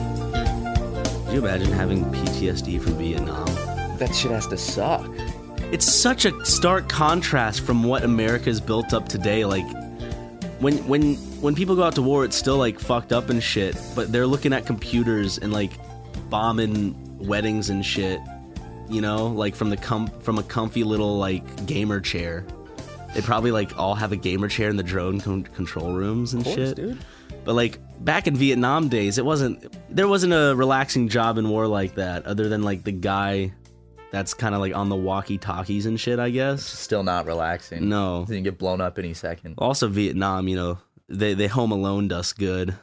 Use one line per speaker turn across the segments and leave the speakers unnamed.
Could you imagine having PTSD from Vietnam?
That shit has to suck.
It's such a stark contrast from what America's built up today. Like when when when people go out to war, it's still like fucked up and shit. But they're looking at computers and like bombing weddings and shit. You know, like from the com- from a comfy little like gamer chair. They probably like all have a gamer chair in the drone con- control rooms and
Of course,
shit.
dude.
But like back in Vietnam days, it wasn't there wasn't a relaxing job in war like that, other than like the guy that's kind of like on the walkie talkies and shit. I guess.
Still not relaxing.
No.
You can get blown up any second.
Also Vietnam, you know, they they home alone us good.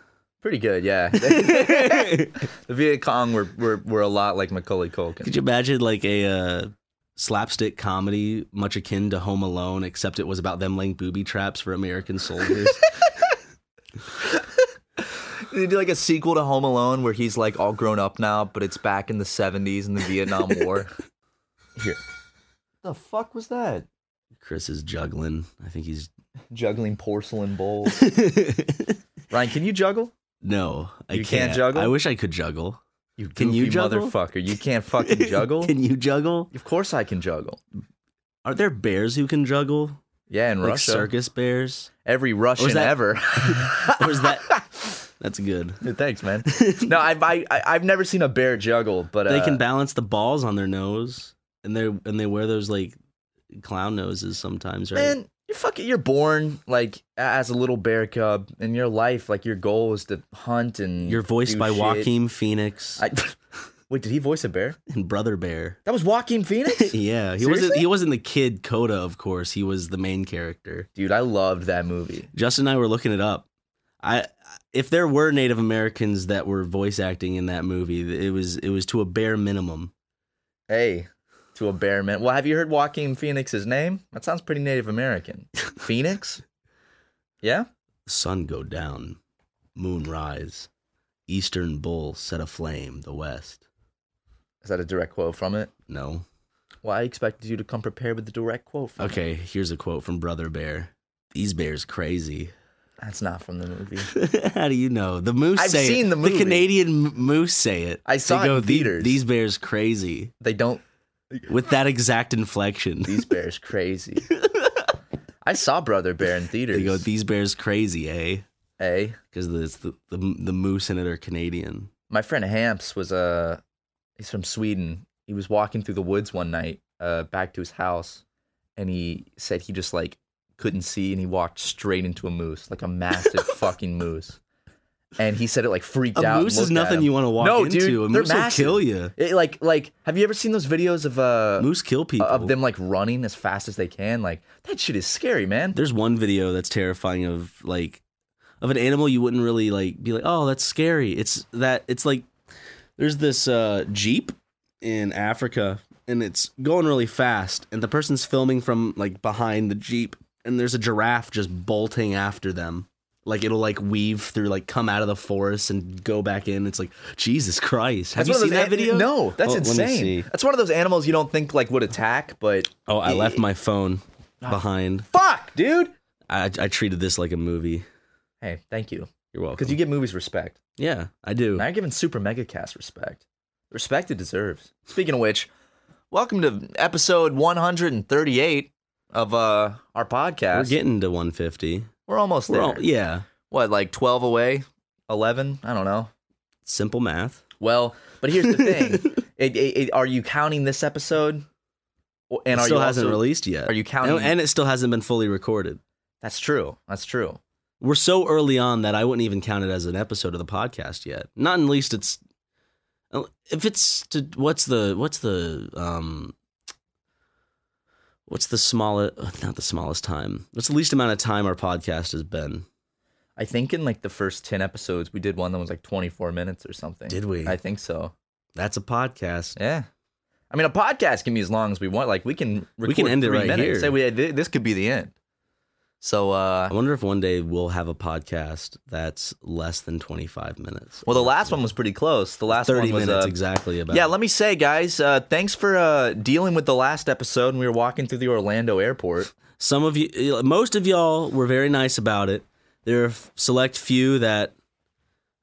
Pretty good, yeah. the Viet Cong were, were, were a lot like Macaulay Culkin.
Could you imagine like a uh, slapstick comedy much akin to Home Alone, except it was about them laying booby traps for American soldiers?
They do like a sequel to Home Alone where he's like all grown up now, but it's back in the 70s in the Vietnam War. Here. The fuck was that?
Chris is juggling. I think he's
Juggling porcelain bowls. Ryan, can you juggle?
no. I
You can't
can't
juggle?
I wish I could juggle.
You
Can you
goofy
juggle?
motherfucker. You can't fucking juggle?
Can you juggle?
Of course I can juggle.
Are there bears who can juggle?
Yeah, in
like
Russia.
circus bears?
Every Russian
that-
ever.
Or is that That's good.
Thanks, man. No, I've, I, I- I've never seen a bear juggle, but.
they
uh,
can balance the balls on their nose and they and they wear those like clown noses sometimes, right?
Man, you're fucking. You're born like as a little bear cub, and your life, like your goal is to hunt and.
You're voiced
do
by
shit.
Joaquin Phoenix
I, wait, did he voice a bear?
and Brother Bear.
That was Joaquin Phoenix.
Yeah, he wasn't.
Seriously?
He wasn't the kid Coda, of course. He was the main character.
Dude, I loved that movie.
Justin and I were looking it up. I if there were Native Americans that were voice acting in that movie, it was it was to a bare minimum.
Hey, to a bear man. Well, have you heard Joaquin Phoenix's name? That sounds pretty Native American. Phoenix. Yeah.
Sun go down, moon rise, eastern bull set aflame the west.
Is that a direct quote from it?
No.
Well, I expected you to come prepared with the direct quote. From it.
Okay, here's a quote from Brother Bear. These bears crazy.
That's not from the movie.
How do you know? The moose
I've
say it.
seen the movie.
Canadian m- moose say it.
I saw
they
it
go,
in
"The-
theaters."
These bears crazy.
They don't.
with that exact inflection.
These bears crazy. I saw Brother Bear in theaters.
They go, these bears crazy, eh?
Hey,
Because it's the, the the moose in it are Canadian.
my friend Hamps was uh he's from Sweden. He was walking through the woods one night, uh, back to his house, and he said he just like couldn't see, and he walked straight into a moose, like a massive fucking moose. And he said it like freaked
A
out. and
moose is
looked at
nothing
him.
you wanna walk
no,
into.
Dude,
A
they're
moose will
massive.
kill ya.
It, like, like, have you ever seen those videos of uh
Moose kill people.
of them like running as fast as they can? Like that shit is scary, man.
There's one video that's terrifying of like of an animal you wouldn't really like be like, oh, that's scary. It's that it's like there's this uh, jeep in Africa and it's going really fast, and the person's filming from like behind the jeep, and there's a giraffe just bolting after them. Like it'll like weave through, like come out of the forest and go back in. It's like Jesus Christ. Have
That's
you
one of
seen
those
that
an-
video?
No, that's
Oh, let me
insane.
see.
That's one of those animals you don't think like would attack, but
Oh, I left my phone
Ah.
behind.
fuck, dude.
I, I treated this like a movie.
Hey, thank you,
You're welcome.
because you give movies respect.
yeah, I do.
Now you're giving Super Mega Cast respect, respect it deserves. Speaking of which, welcome to episode 138 of uh our podcast.
We're getting to 150.
We're almost
We're
there.
all, yeah,
What, like 12 away? 11? I don't know.
simple math.
Well, but here's the thing: it, it, it, are you counting this episode? Or- And
it
are
still
you
hasn't
also-
released yet.
are you counting-
And, and it still hasn't been fully recorded.
That's true. That's true.
We're so early on that I wouldn't even count it as an episode of the podcast yet. Not at least it's oh, if it's to what's the what's the um what's the smallest uh, not the smallest time what's the least amount of time our podcast has been
I think in like the first ten episodes, we did one that was like 24 minutes or something.
Did we?
I think so.
that's a podcast
Yeah. I mean, a podcast can be as long as we want. Like we can record
We can end it
three
right
minutes.
here.
Say we, th- this could be the end. So,
I
uh,
wonder if one day we'll have a podcast that's less than 25 minutes.
well, the last one was pretty close. The last
30
one was
minutes
uh,
exactly about.
Yeah, let me say, guys, uh, thanks for uh, dealing with the last episode. And we were walking through the Orlando airport.
Some of you most of y'all were very nice about it. There are a select few that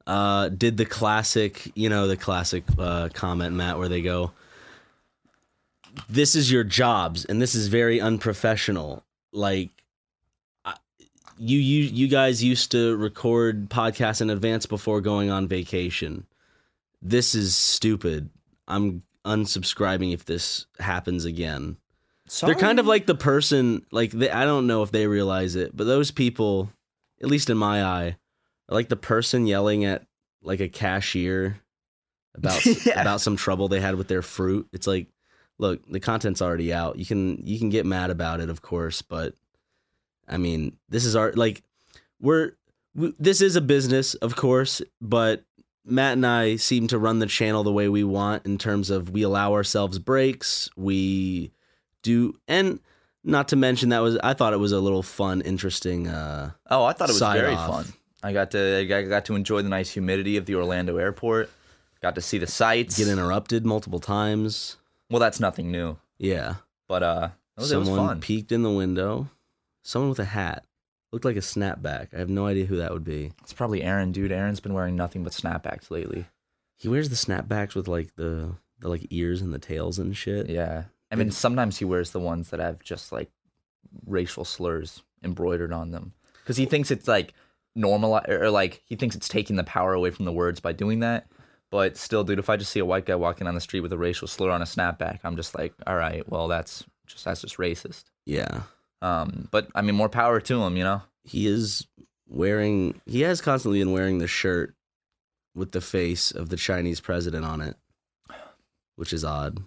uh, did the classic, you know, the classic uh, comment Matt where they go this is your jobs and this is very unprofessional. Like I- you you you guys used to record podcasts in advance before going on vacation. This is stupid. I'm unsubscribing if this happens again. They're kind of like the person, like they, I don't know if they realize it, but those people, at least in my eye, are like the person yelling at like a cashier about
Yeah.
about some trouble they had with their fruit. It's like, look, the content's already out. You can you can get mad about it, of course, but I mean, this is our like we're we, this is a business, of course, but Matt and I seem to run the channel the way we want in terms of we allow ourselves breaks, we do and not to mention that was I thought it was a little fun, interesting uh
Oh, I thought it was
Side
very
off.
fun. I got to I got to enjoy the nice humidity of the Orlando airport. Got to see the sights.
get interrupted multiple times.
Well, that's nothing new,
Yeah.
but uh, it was, it was
Someone
fun.
peeked in the window. Someone with a hat. Looked like a snapback. I have no idea who that would be.
it's probably Aaron, dude. Aaron's been wearing nothing but snapbacks lately.
He wears the snapbacks with like the, the like ears and the tails and shit.
Yeah, I mean, sometimes he wears the ones that have just like racial slurs embroidered on them because he thinks it's like normal or like he thinks it's taking the power away from the words by doing that. But still, dude, if I just see a white guy walking down the street with a racial slur on a snapback, I'm just like, all right, well, that's just that's just racist.
Yeah.
Um, but I mean, more power to him, you know.
He is wearing he has constantly been wearing the shirt with the face of the Chinese president on it. Which is odd.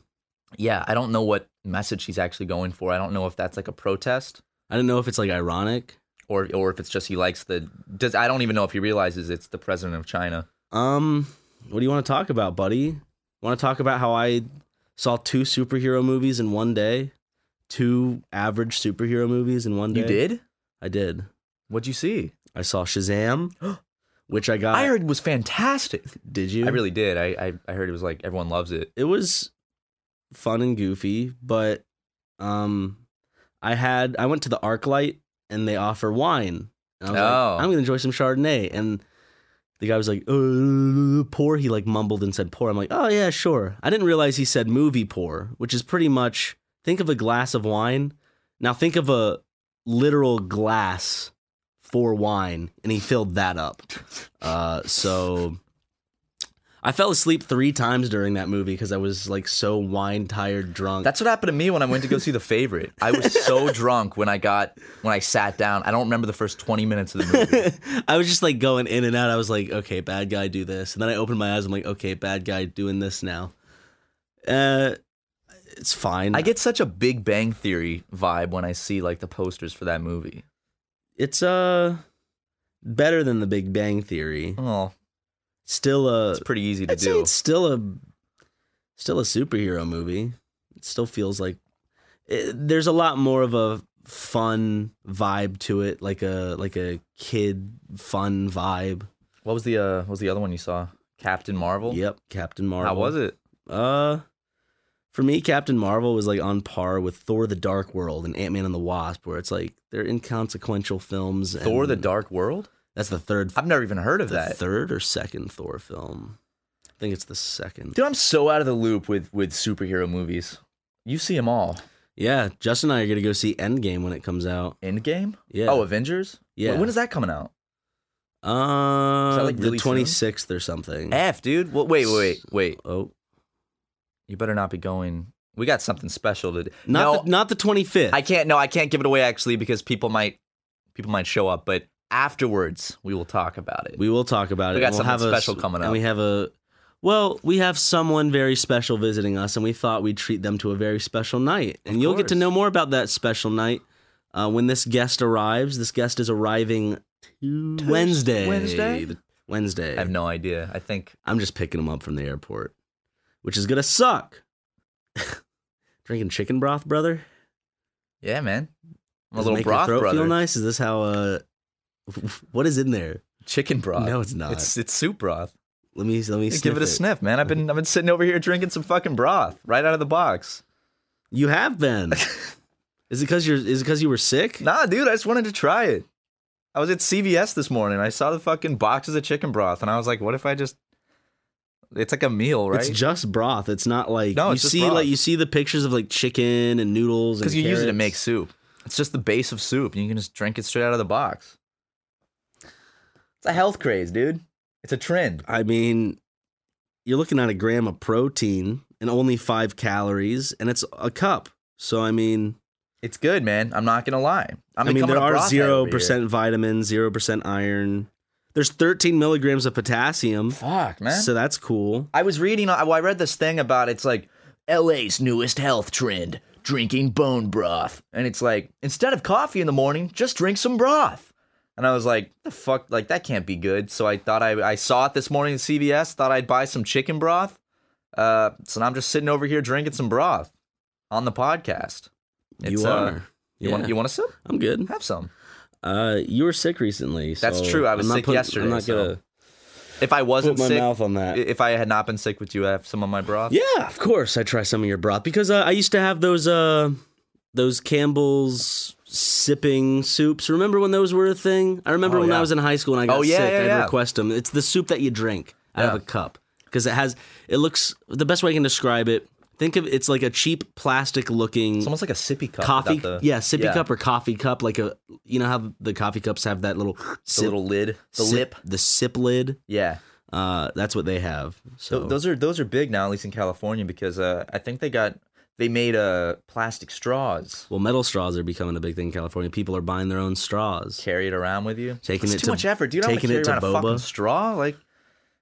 Yeah, I don't know what message he's actually going for. I don't know if that's like a protest
I don't know if it's like ironic.
or or if it's just he likes the. Does I don't even know if he realizes it's the president of China.
Um, what do you want to talk about, buddy? Want to talk about how I saw two superhero movies in one day? Two average superhero movies in one day.
You did?
I did.
What'd you see?
I saw Shazam, which I got.
I heard it was fantastic.
Uh, did you?
I really did. I, I I heard it was like everyone loves it.
it was fun and goofy, but um, I had I went to the ArcLight and they offer wine. And I was
Oh.
like, I'm gonna enjoy some Chardonnay, and the guy was like, uh, "Pour." He like mumbled and said, "Pour." I'm like, "Oh yeah, sure." I didn't realize he said "movie pour," which is pretty much think of a glass of wine. Now think of a literal glass for wine, and he filled that up. Uh, so I fell asleep three times during that movie because I was like so wine tired, drunk.
That's what happened to me when I went to go see the favorite. I was so drunk when I got when I sat down. I don't remember the first twenty minutes of the movie.
I was just like going in and out. I was like, okay, bad guy, do this, and then I opened my eyes. I'm like, okay, bad guy, doing this now. Uh, it's fine.
I get such a Big Bang Theory vibe when I see like the posters for that movie.
it's uh, better than the Big Bang Theory.
Oh,
Still a
it's pretty easy to
I'd say
do.
it's still a still a superhero movie. It still feels like it, there's a lot more of a fun vibe to it, like a like a kid fun vibe.
What was the uh, what was the other one you saw? Captain Marvel.
Yep, Captain Marvel.
How was it?
Uh for me, Captain Marvel was like on par with Thor: The Dark World and Ant Man and the Wasp, where it's like they're inconsequential films. And
Thor: The Dark World.
That's the third.
I've never even heard of
the
that.
third or second Thor film. I think it's the second.
Dude, I'm so out of the loop with with superhero movies. You see them all.
Yeah, Justin and I are gonna go see Endgame when it comes out.
Endgame.
Yeah.
Oh, Avengers.
Yeah.
Wh- When is that coming out?
Uh,
Is that, like, really
the
soon? Eh.
twenty sixth or something.
F, dude. Well, wait, wait, wait, wait.
oh,
You better not be going. We got something special to.
not
no,
the, not the twenty fifth.
I can't. No, I can't give it away actually because people might people might show up. But afterwards, we will talk about it.
We will talk about
We
it.
got
and we'll
something
have a-
special coming
And
up.
we have a well, we have someone very special visiting us, and we thought we'd treat them to a very special night. And
Of
you'll get to
course.
know more about that special night uh, when this guest arrives. This guest is arriving Wednesday.
Wednesday?
The- Wednesday.
I have no idea. I think
I'm just picking him up from the airport, which is gonna suck. Drinking chicken broth, brother.
Yeah, man. I'm
Does
a
it
little
make your
broth
throat
brother.
Feel nice? Is this how? uh What is in there?
Chicken broth.
No, it's not.
It's it's soup broth.
let me let me
Give
sniff
it a sniff, man. I've been I've been sitting over here drinking some fucking broth right out of the box.
You have been. is it because you're? Is it because you were sick?
Nah, dude, I just wanted to try it. I was at CVS this morning. I saw the fucking boxes of chicken broth, and I was like, what if I just? It's like a meal, right?
It's just broth. It's not like
No,
you
it's just
see
broth.
like you see the pictures of like chicken and noodles
because
because
you use it to make soup. It's just the base of soup, and you can just drink it straight out of the box. It's a health craze, dude. It's a trend.
I mean, you're looking at a gram of protein and only five calories, and it's a cup. So I mean,
It's good, man. I'm not gonna lie. I'm
I mean
becoming
there
a
are
broth head
zero
over here.
percent vitamins, zero percent iron. There's 13 milligrams of potassium,
Fuck, man.
so that's cool.
I was reading. I, well, I read this thing about it's like LA's newest health trend: drinking bone broth. And it's like instead of coffee in the morning, just drink some broth. And I was like, the fuck, like that can't be good. So I thought I I saw it this morning at CVS. Thought I'd buy some chicken broth. Uh, so now I'm just sitting over here drinking some broth on the podcast. It's,
you
uh,
are.
You
yeah,
want you want a sip?
I'm good.
Have some.
Uh, you were sick recently.
That's
so
true. I
I'm
was
not
sick
putting-
yesterday,
I'm not
so-
gonna
If I wasn't
put my
sick,
mouth on that.
if I had not been sick, would you have some of my broth?
Yeah, of course I try some of your broth because uh, I used to have those uh those Campbell's sipping soups. Remember when those were a thing? I remember
Oh,
when
yeah.
I was in high school and I got
Oh, yeah,
sick.
yeah,
I'd
yeah.
request them. It's the soup that you drink out
Yeah.
of a cup because it has it looks the best way I can describe it. Think of it's like a cheap plastic looking
It's almost like a sippy cup.
coffee
without the-
yeah sippy
yeah.
cup or coffee cup like a you know how the coffee cups have that little
the
sip,
little lid, the
sip-
lip.
the sip lid
Yeah,
uh that's what they have so
Th- those are those are big now, at least in California, because uh, I think they got they made uh plastic straws.
Well, metal straws are becoming a big thing in California. People are buying their own straws.
Carry it around with you.
Taking
It's
it
too
to-
much effort, dude. I don't
taking
wanna
it
carry
to
around a fucking
boba.
straw. Like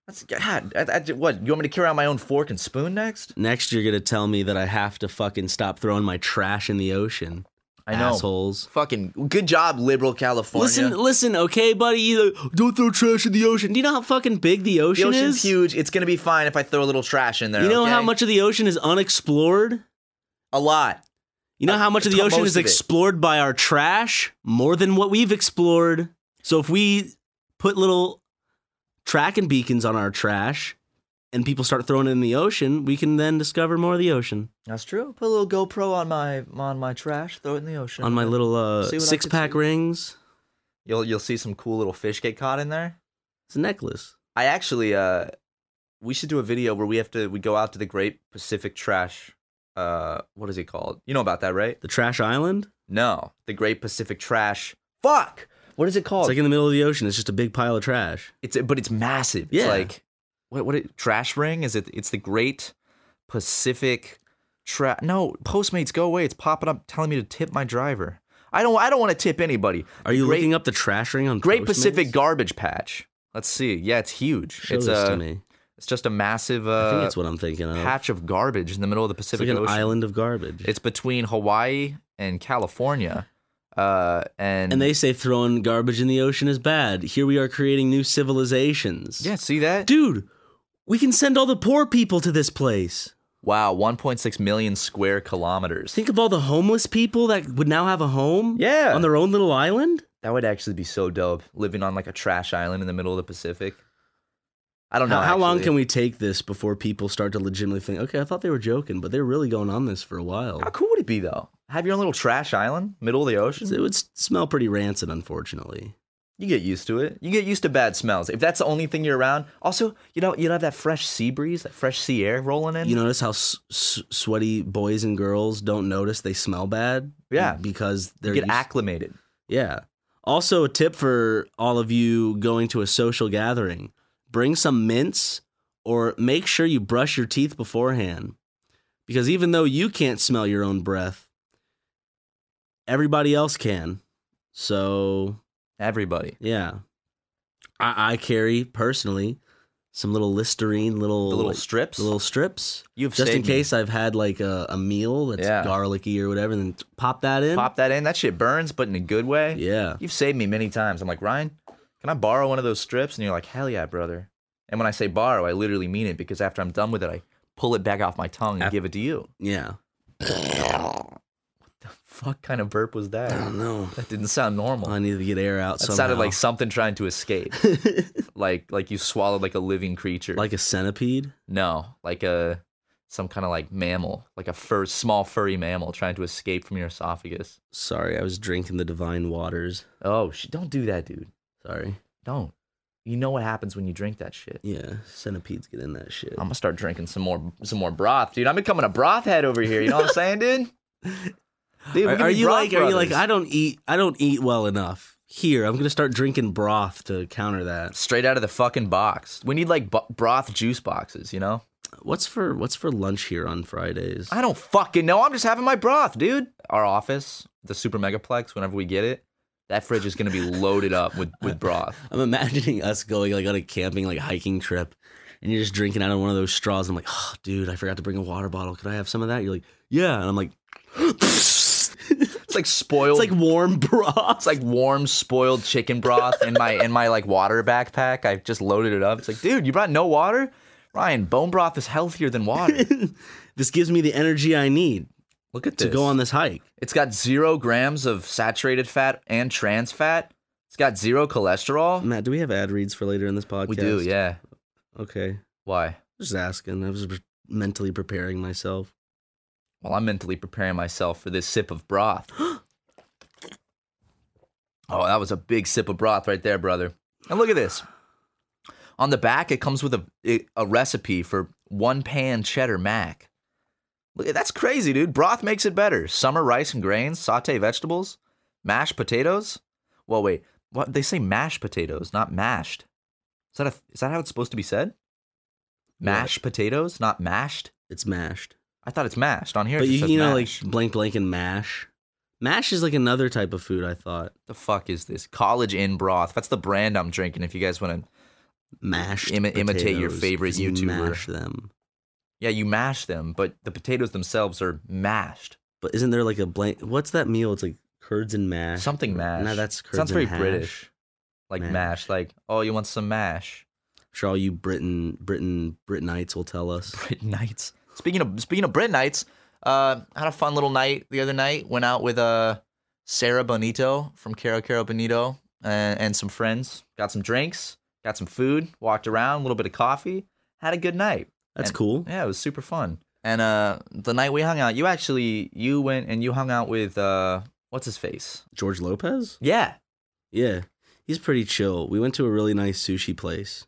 that's God. I, I, ju- what you want me to carry around my own fork and spoon next?
Next, you're gonna tell me that I have to fucking stop throwing my trash in the ocean.
I know.
assholes.
Fucking good job, liberal California.
Listen, listen, okay, buddy. You- Don't throw trash in the ocean. Do you know how fucking big the
the
ocean
ocean's
is?
huge. It's gonna be fine if I throw a little trash in there.
You know how
okay?
much of the ocean is unexplored?
A lot.
You know
Uh,
how much of
it's
the
mo-
ocean
most
is
of it.
explored by our trash? More than what we've explored. So if we put little tracking beacons on our trash and people start throwing it in the ocean, we can then discover more of the ocean.
That's true. Put a little GoPro on my on my trash. Throw it in the ocean.
on my little uh,
See what I
six pack
could see.
rings.
You'll you'll see some cool little fish get caught in there.
It's a necklace.
I actually uh we should do a video where we have to we go out to the Great Pacific Trash uh what is it called? You know about that, right?
The trash island.
No. The Great Pacific Trash. Fuck. What is it called?
It's like in the middle of the ocean. It's just a big pile of trash.
It's but it's massive. It's
Yeah.
like what what it, trash ring is it it's the Great Pacific Trash No, Postmates go away. It's popping up telling me to tip my driver. I don't I don't want to tip anybody.
Are you
Great-
looking up the trash ring on
Great
Postmates?
Pacific Garbage Patch. Let's see. Yeah, it's huge.
Show
it's
this
uh,
to me.
it's just a massive
I think
uh,
that's what I'm thinking of.
patch of garbage in the middle of the
it's
Pacific
like an
Ocean.
island of garbage.
It's between Hawaii and California. Uh, and
And they say throwing garbage in the ocean is bad. Here we are creating new civilizations.
yeah, see that?
Dude, we can send all the poor people to this place.
Wow, 1.6 million square kilometers.
Think of all the homeless people that would now have a home
Yeah.
on their own little island.
That would actually be so dope. Living on like a trash island in the middle of the Pacific. I don't know.
How, how long
actually.
can we take this before people start to legitimately think, okay, I thought they were joking, but they're really going on this for a while?
How cool would it be though? Have your own little trash island, middle of the ocean.
It would s- smell pretty rancid, unfortunately.
You get used to it. You get used to bad smells. If that's the only thing you're around, also you know you'd have that fresh sea breeze, that fresh sea air rolling in.
You notice how s- s- sweaty boys and girls don't notice they smell bad?
Yeah.
Because they're
you get
used-
acclimated.
Yeah. Also, a tip for all of you going to a social gathering bring some mints or make sure you brush your teeth beforehand. Because even though you can't smell your own breath, everybody else can. So,
Everybody,
yeah. I, I carry personally some little Listerine, little,
the little
like,
strips.
the little strips.
You've
Just in
saved me.
case I've had like a, a meal that's
Yeah.
garlicky or whatever, then t- pop that in.
pop that in. That shit burns, but in a good way.
Yeah.
You've saved me many times. I'm like Ryan, can I borrow one of those strips? And you're like, hell yeah, brother. And when I say borrow, I literally mean it because after I'm done with it, I pull it back off my tongue and
Af-
give it to you.
Yeah.
Fuck, kind of burp was
I
that?
don't know.
That didn't sound normal.
I needed to get air out.
That
somehow.
sounded like something trying to escape. like like you swallowed like a living creature.
like a centipede.
no, like a some kind of like mammal, like a fur, small furry mammal trying to escape from your esophagus.
Sorry, I was drinking the divine waters.
Oh, sh- don't do that, dude.
Sorry.
Don't. You know what happens when you drink that shit.
Yeah, centipedes get in that shit.
I'm gonna start drinking some more some more broth, dude. I'm becoming a broth head over here. You know what I'm saying, dude? Dude, we
are
can
are
be
you
broth
like? Are you like?
brothers.
I don't eat. I don't eat well enough. Here, I'm gonna start drinking broth to counter that.
straight out of the fucking box? We need like bo- broth juice boxes, you know?
What's for What's for lunch here on Fridays?
I don't fucking know. I'm just having my broth, dude. Our office, the super megaplex, whenever we get it, that fridge is gonna be loaded up with, with broth.
I'm imagining us going like on a camping, like hiking trip, and you're just drinking out of one of those straws. I'm like, oh, dude, I forgot to bring a water bottle. Could I have some of that? You're like, yeah. And I'm like, it's
It's like spoiled.
like warm broth.
it's like warm spoiled chicken broth in my in my like water backpack. I just loaded it up. It's like, dude, you brought no water? Ryan, bone broth is healthier than water.
this gives me the energy I need
Look at
to
this.
go on this hike.
It's got zero grams of saturated fat and trans fat. It's got zero cholesterol.
Matt, do we have ad reads for later in this podcast?
We do, yeah.
Okay.
Why?
Just asking. I was pre- mentally preparing myself.
Well, I'm mentally preparing myself for this sip of broth. oh, that was a big sip of broth right there, brother. And look at this. On the back, it comes with a it- a recipe for one pan cheddar mac. Look, that's crazy, dude. Broth makes it better. Summer rice and grains, saute vegetables, mashed potatoes. Well, wait, what they say mashed potatoes, not mashed. Is that a, is that how it's supposed to be said? Mashed potatoes, not mashed.
It's mashed.
I thought it's mashed on here. it
But
just
you,
says
you know,
mash.
like blank, blank, and mash. Mash is like another type of food, I thought.
the fuck is this? College Inn broth. That's the brand I'm drinking. If you guys want to,
Mashed.
Imi- imitate your
potatoes.
favorite
Just
YouTuber.
Mash them.
yeah, you mash them, but the potatoes themselves are mashed.
But isn't there like a blank? What's that meal? It's like curds and mash.
Something mashed.
No, that's curds
sounds
and
very
hash.
British. Like
Mash.
mash. Like oh, you want some mash?
I'm sure all you Britain, Britain, Britonites will tell us.
Britonites. Speaking of speaking of Britonites, uh, I had a fun little night the other night. Went out with uh, Sarah Bonito from Caro Caro Bonito uh, and some friends. Got some drinks. Got some food. Walked around. A little bit of coffee. Had a good night.
That's
And- eh.
cool.
Yeah, it was super fun. And uh the night we hung out, you actually you went and you hung out with uh what's his face?
George Lopez?
Yeah.
Yeah. He's pretty chill. We went to a really nice sushi place.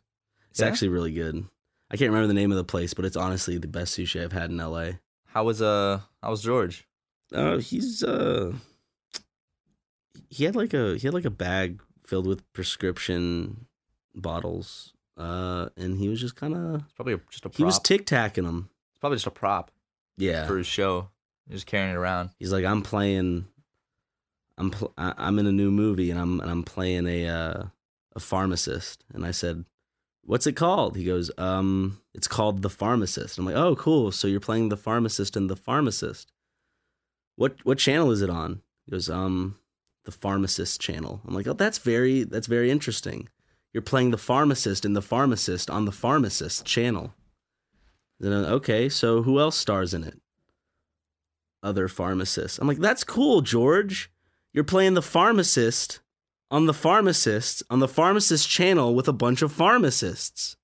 It's
Yeah?
actually really good. I can't remember the name of the place, but it's honestly the best sushi I've had in LA.
How was uh how was George?
Oh, he's uh he had like a he had like a bag filled with prescription bottles. Uh and he was just kind of
It's probably just a prop.
he was tic tacking them.
it's probably just a prop
Yeah.
for his show. He's just carrying it around.
He's like, I'm playing, I'm pl- I- I'm in a new movie and I'm and I'm playing a uh, a pharmacist. And I said, what's it called? He goes, um, it's called the pharmacist. I'm like, oh, cool. So you're playing the pharmacist and the pharmacist. What what channel is it on? He goes, um, the pharmacist channel. I'm like, oh, that's very that's very interesting. You're playing the pharmacist and the pharmacist on the pharmacist channel. Then uh, okay, so who else stars in it? Other pharmacists. I'm like, that's cool, George. You're playing the pharmacist on the pharmacist on the pharmacist channel with a bunch of pharmacists.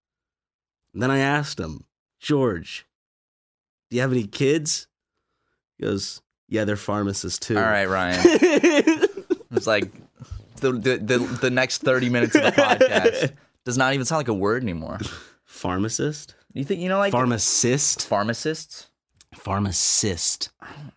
And then I asked him, George, do you have any kids? He goes, Yeah, they're pharmacists too.
All right, Ryan. It's like the, the the the next thirty minutes of the podcast does not even sound like a word anymore.
Pharmacist?
You think you know like
Pharmacist?
pharmacists?
Pharmacist.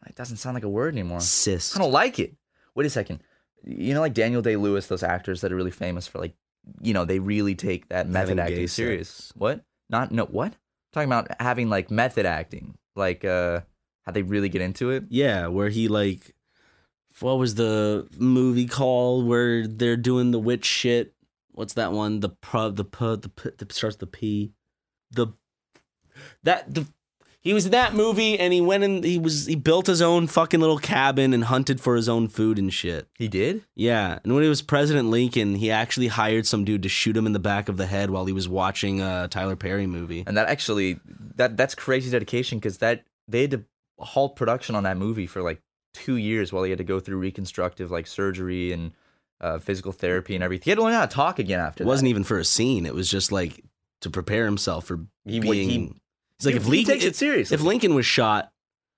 It doesn't sound like a word anymore.
Cyst.
I don't like it. Wait a second. You know, like Daniel Day Lewis, those actors that are really famous for like, you know, they really take that
Having
method
gay
acting
sex.
serious. What? Not no. What? talking about having like method acting, like uh, how they really get into it.
Yeah, where he like what was the movie called where they're doing the witch shit? What's that one? The pub the pub the p the starts with the P. The that the he was in that movie and he went and he was he built his own fucking little cabin and hunted for his own food and shit.
He did.
Yeah, and when he was President Lincoln, he actually hired some dude to shoot him in the back of the head while he was watching a Tyler Perry movie.
and that actually that that's crazy dedication because that they had to halt production on that movie for like two years while he had to go through reconstructive like surgery and uh, physical therapy and everything. He had to learn how to talk again after.
It wasn't even for a scene. It was just like to prepare himself for
He- what
being.
he-
it's like
He-
if
he
Lincoln
takes it seriously.
If Lincoln was shot,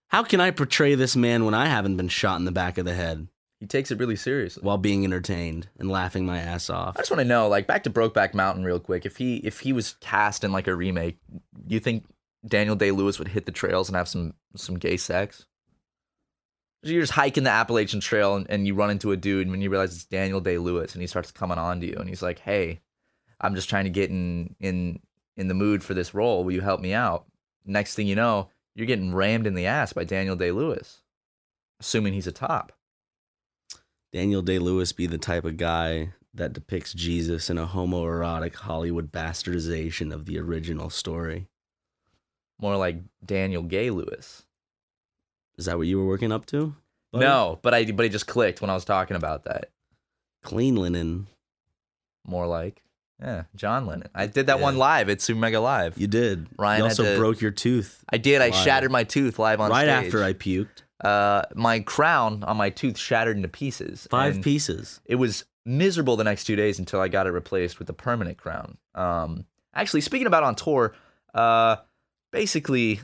how can I portray this man when I haven't been shot in the back of the head
He takes it really seriously.
while being entertained and laughing my ass off?
I just want to know, like, back to Brokeback Mountain real quick. If he if he was cast in like a remake, you think Daniel Day Lewis would hit the trails and have some some gay sex? You're just hiking the Appalachian Trail and, and you run into a dude and when you realize it's Daniel Day Lewis and he starts coming on to you and he's like, "Hey, I'm just trying to get in in in the mood for this role. Will you help me out?" Next thing you know, you're getting rammed in the ass by Daniel Day Lewis, assuming he's a top.
Daniel Day Lewis be the type of guy that depicts Jesus in a homoerotic Hollywood bastardization of the original story.
More like Daniel Gay Lewis.
Is that what you were working up to? buddy?
No, but I but it just clicked when I was talking about that.
Clean linen.
More like, yeah, John Lennon. I did that
Yeah.
one live at Super Mega Live.
You did.
Ryan
you
had
also
to-
broke your tooth
I did. I
Live.
shattered my tooth live on
right
stage.
after I puked.
I, uh, my crown on my tooth shattered into pieces.
Five
and
pieces.
It was miserable the next two days until I got it replaced with a permanent crown. Um, actually, speaking about on tour, uh, basically,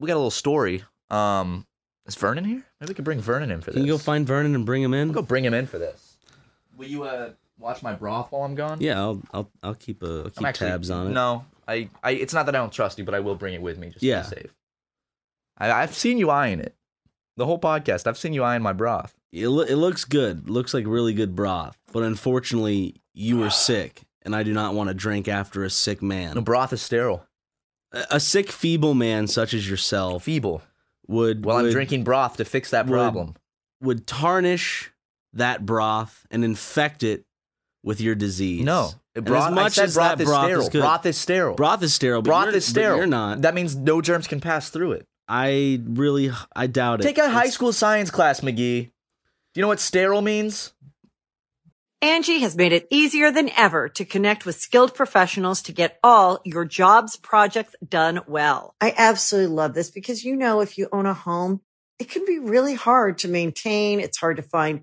we got a little story. Um, is Vernon here? Maybe we could bring Vernon in for this.
Can you go find Vernon and bring him in?
We'll go bring him in for this. Will you uh watch my broth while I'm gone?
Yeah, I'll I'll I'll keep a I'll keep
I'm actually-
tabs on it.
No, I, I, it's not that I don't trust you, but I will bring it with me just
Yeah.
to be safe. I, I've seen you eyeing it. The whole podcast, I've seen you eyeing my broth.
It, loo- it looks good. Looks like really good broth. But unfortunately, you were sick, and I do not want to drink after a sick
The
man.
broth is sterile,
A, a sick, feeble man such as yourself
feeble.
would
Well,
would,
I'm drinking broth to fix that
would-
problem.
would tarnish that broth and infect it with your disease.
No,
And
broth,
as
I
much
said
as
broth
that
is
broth
sterile.
is good,
Broth is sterile.
broth is sterile. but
Broth
you're-
is
but
sterile.
You're not.
That means no germs can pass through it.
I really, I doubt it.
Take a high
It's-
school science class, McGee. Do you know what sterile means?
Angie has made it easier than ever to connect with skilled professionals to get all your jobs projects done well. I absolutely love this because, you know, if you own a home, it can be really hard to maintain. It's hard to find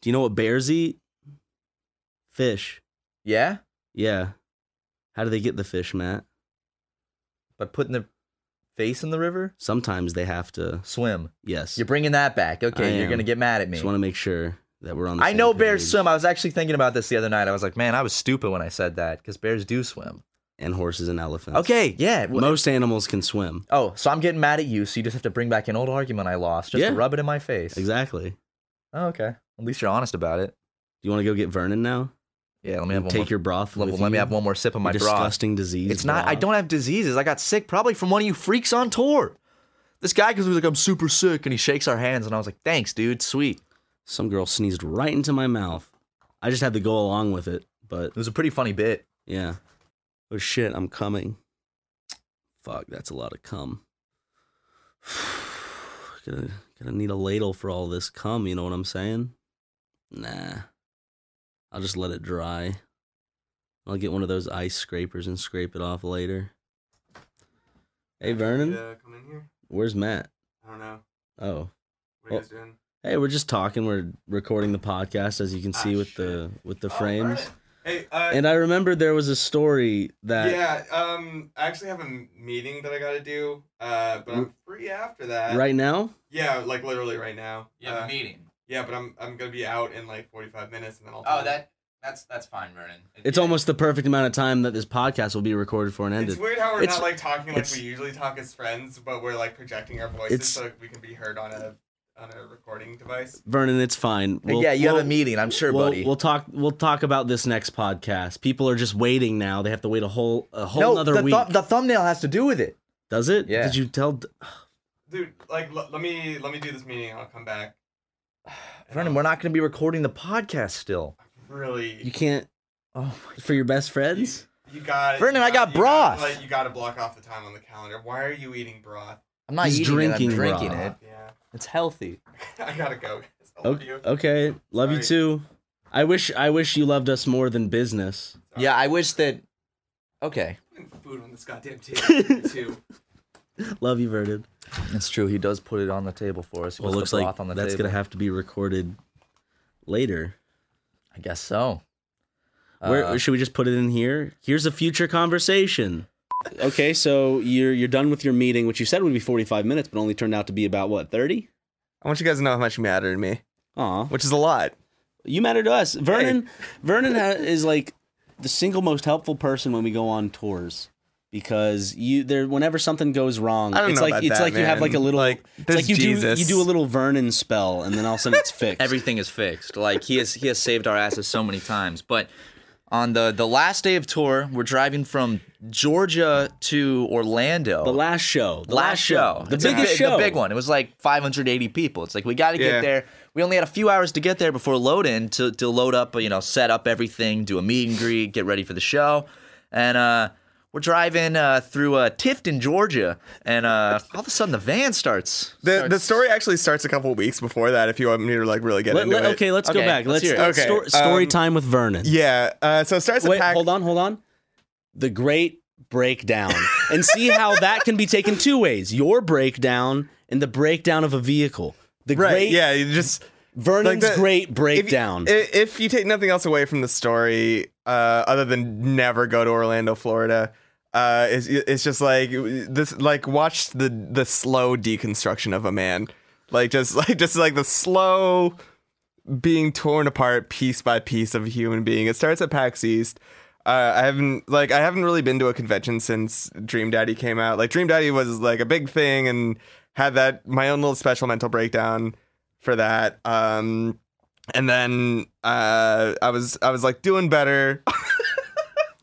Do you know what bears eat? Fish.
Yeah,
Yeah. How do they get the fish, Matt?
by putting their face in the river,
Sometimes they have to.
swim.
Yes.
You're bringing that back. Okay,
I
you're
am.
gonna get mad at me.
Just want to make sure that we're on. the
I
same
know bears
page.
swim. I was actually thinking about this the other night. I was like, man, I was stupid when I said that because bears do swim.
and horses and elephants.
Okay, yeah. well-
Most animals can swim.
oh, so I'm getting mad at you, so you just have to bring back an old argument I lost just
Yeah.
to rub it in my face.
Exactly.
Oh, okay. At least you're honest about it.
Do you want to go get Vernon now?
Yeah, let me
And
have one
take
more,
your broth.
let,
with
let me
you?
have one more sip of
Your
my broth.
disgusting disease.
It's not. I
broth?
don't have diseases. I got sick probably from one of you freaks on tour. This guy because he was like, I'm super sick, and he shakes our hands, and I was like, thanks, dude, sweet.
Some girl sneezed right into my mouth. I just had to go along with it, but
It was a pretty funny bit.
yeah. Oh shit, I'm coming. Fuck, that's a lot of cum. gonna, gonna need a ladle for all this cum, you know what I'm saying? Nah. I'll just let it dry. I'll get one of those ice scrapers and scrape it off later. Hey Vernon,
Uh, come in here.
where's Matt?
I don't know.
Oh.
What are
Well,
you guys doing?
Hey, we're just talking. We're recording the podcast as you can see
Ah,
with
shit.
the with the
Oh,
frames.
Vernon. Hey, uh,
And I remember there was a story that
yeah, um, I actually have a m- meeting that I gotta do, uh, but I'm free after that.
Mm. right now.
Yeah, like literally right now.
Yeah,
Uh,
the meeting.
yeah, but I'm I'm gonna be out in like 45 minutes, and then I'll.
Oh,
tell you.
that that's that's fine, Vernon.
It's almost the perfect amount of time that this podcast will be recorded for and
It's
ended.
weird how we're
It's-
not like talking like
it's-
we usually talk as friends, but we're like projecting our voices
It's-
so we can be heard on a on a recording device.
Vernon, it's fine. We'll-
yeah, you
we'll-
have a meeting. I'm sure,
we'll,
buddy.
We'll talk. We'll talk about this next podcast. People are just waiting now. They have to wait a whole a whole
no,
other
the,
week.
thu- the thumbnail has to do with it.
Does it?
Yeah.
Did you tell?
Dude, like l- let me let me do this meeting, and I'll come back.
Vernon, we're not going to be recording the podcast still.
Really,
You can't
Oh,
for your best
You,
friends.
you got
Vernon,
you
I got
you gotta,
broth.
like you got to block off the time on the calendar. Why are you eating broth?
I'm not
He's
eating
drinking
it. I'm drinking
raw.
it.
Yeah,
It's healthy.
I gotta go. guys. I
O-
love you.
Okay, love you
Sorry.
too. I wish I wish you loved us more than business.
Yeah, I wish that. Okay,
Food on this goddamn table too.
Love you, Vernon.
that's true. He does put it on the table for us. He
Well,
puts the
looks like
broth on the
that's
table.
gonna have to be recorded later.
I guess so. Uh,
Where should we just put it in here? Here's a future conversation. Okay, so you're you're done with your meeting, which you said would be 45 minutes, but only turned out to be about what 30.
I want you guys to know how much you matter to me,
Aw,
which is a lot.
you matter to us. Vernon, Vernon ha- is like the single most helpful person when we go on tours because you there whenever something goes wrong,
I don't
it's
know
like
about
it's
that,
like you have like a
man.
little
Like,
it's
there's
like you
Jesus.
do you do a little Vernon spell and then all of a sudden it's fixed.
everything is fixed. Like he has he has saved our asses so many times. But on the the last day of tour, we're driving from Georgia to Orlando.
the last show, the
last, show,
the
It's a
biggest
big-
show,
the big one. It was like 580 people. It's like we got to get
Yeah.
there. We only had a few hours to get there before load in to to load up, you know, set up everything, do a meet and greet, get ready for the show, and uh. We're driving uh, through uh, Tifton, Georgia, and uh, all of a sudden the van starts.
The the story actually starts a couple weeks before that. If you want me to like really get
Let-
into
let-
it.
okay, let's go
Okay,
back. Let's,
let's hear it.
let's
Okay,
stor- story
um,
time with Vernon.
Yeah. Uh, so it starts.
Wait,
a pack-
hold on, hold on. The great breakdown, and see how that can be taken two ways: your breakdown and the breakdown of a vehicle. The
Right.
great
yeah. You just
Vernon's
Like the-
great
if you-
breakdown.
i- If you, take nothing else away from the story, uh, other than never go to Orlando, Florida, uh, it's, it's just like this. Like watch the the slow deconstruction of a man, like just like just like the slow being torn apart piece by piece of a human being. It starts at PAX East. Uh, I haven't like I haven't really been to a convention since Dream Daddy came out. Like Dream Daddy was like a big thing and had that my own little special mental breakdown for that. Um, and then uh, I was I was like doing better.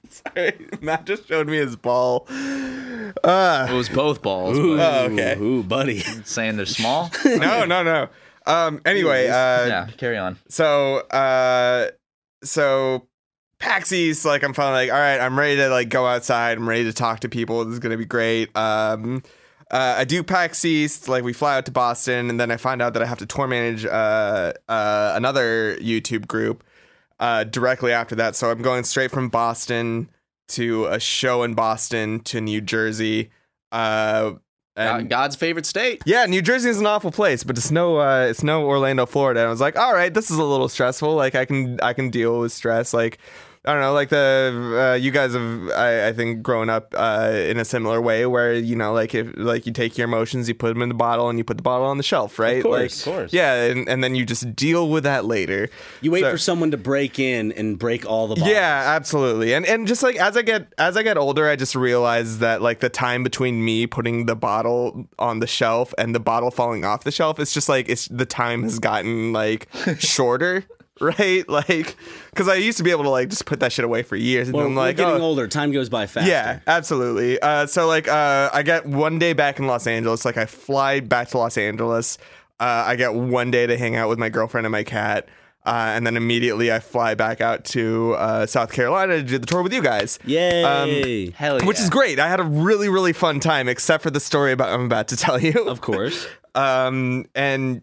Sorry, Matt just showed me his ball. Uh,
It was both balls,
ooh,
but
Oh, okay.
ooh, buddy.
saying they're small.
no, no, no. Um, anyway, uh,
yeah, carry on.
so uh so PAX East, like I'm finally like, all right, I'm ready to like go outside, I'm ready to talk to people, this is gonna be great. Um uh, I do PAX East, like we fly out to Boston, and then I find out that I have to tour manage uh, uh, another YouTube group uh, directly after that. So I'm going straight from Boston to a show in Boston to New Jersey. Uh, And
God's favorite state.
yeah, New Jersey is an awful place, but it's no, uh, it's no Orlando, Florida. And I was like, all right, this is a little stressful. Like I can, I can deal with stress. Like I don't know, like the uh, you guys have, I, I think, grown up uh, in a similar way where you know, like if like you take your emotions, you put them in the bottle, and you put the bottle on the shelf, right?
Of course,
Like,
of course.
yeah, and, and then you just deal with that later.
You wait
So-
for someone to break in and break all the bottles.
Yeah, absolutely. And and just like as I get as I get older, I just realize that like the time between me putting the bottle on the shelf and the bottle falling off the shelf, it's just like it's the time has gotten like shorter. Right, like, because I used to be able to like just put that shit away for years, and
Well,
then I'm like,
we're getting
oh,
older. Time goes by fast.
yeah, absolutely. Uh, so like, uh, I get one day back in Los Angeles. Like, I fly back to Los Angeles. Uh, I get one day to hang out with my girlfriend and my cat, uh, and then immediately I fly back out to uh, South Carolina to do the tour with you guys.
Yay.
Hell yeah.
Which is great. I had a really, really fun time, except for the story about I'm about to tell you
of course.
um, and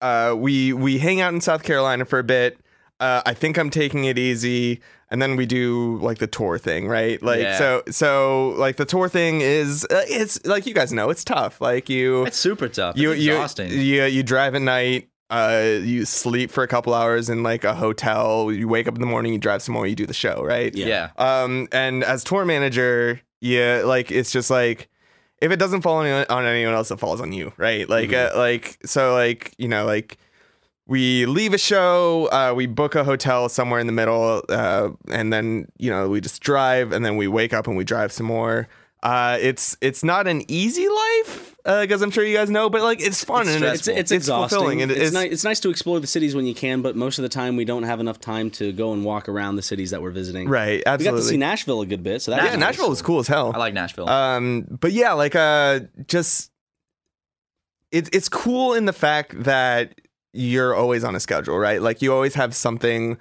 uh, we we hang out in South Carolina for a bit. Uh, I think I'm taking it easy, and then we do like the tour thing, right? Like
Yeah.
so so like the tour thing is uh, it's like you guys know it's tough. Like you
It's super tough.
you
it's
you
exhausting.
you you drive at night. Uh, you sleep for a couple hours in like a hotel. You wake up in the morning. You drive some more. You do the show, right?
Yeah.
yeah.
Um, and as tour manager, yeah, like it's just like if it doesn't fall on, on anyone else, it falls on you, right? Like,
Mm-hmm.
uh, like so, like you know, like we leave a show, uh, we book a hotel somewhere in the middle, uh, and then you know we just drive, and then we wake up and we drive some more. Uh, it's it's not an easy life because I'm sure you guys know, but like it's fun and
it's, it's exhausting.
fulfilling and
it's, ni- it's nice to explore the cities when you can, but most of the time we don't have enough time to go and walk around the cities that we're visiting.
right.
We got to see
Absolutely,
Nashville a good bit, so that
yeah.
was nice.
Nashville was cool as hell.
I like Nashville.
Um, but yeah, like uh, just it's it's cool in the fact that you're always on a schedule, right? Like you always have something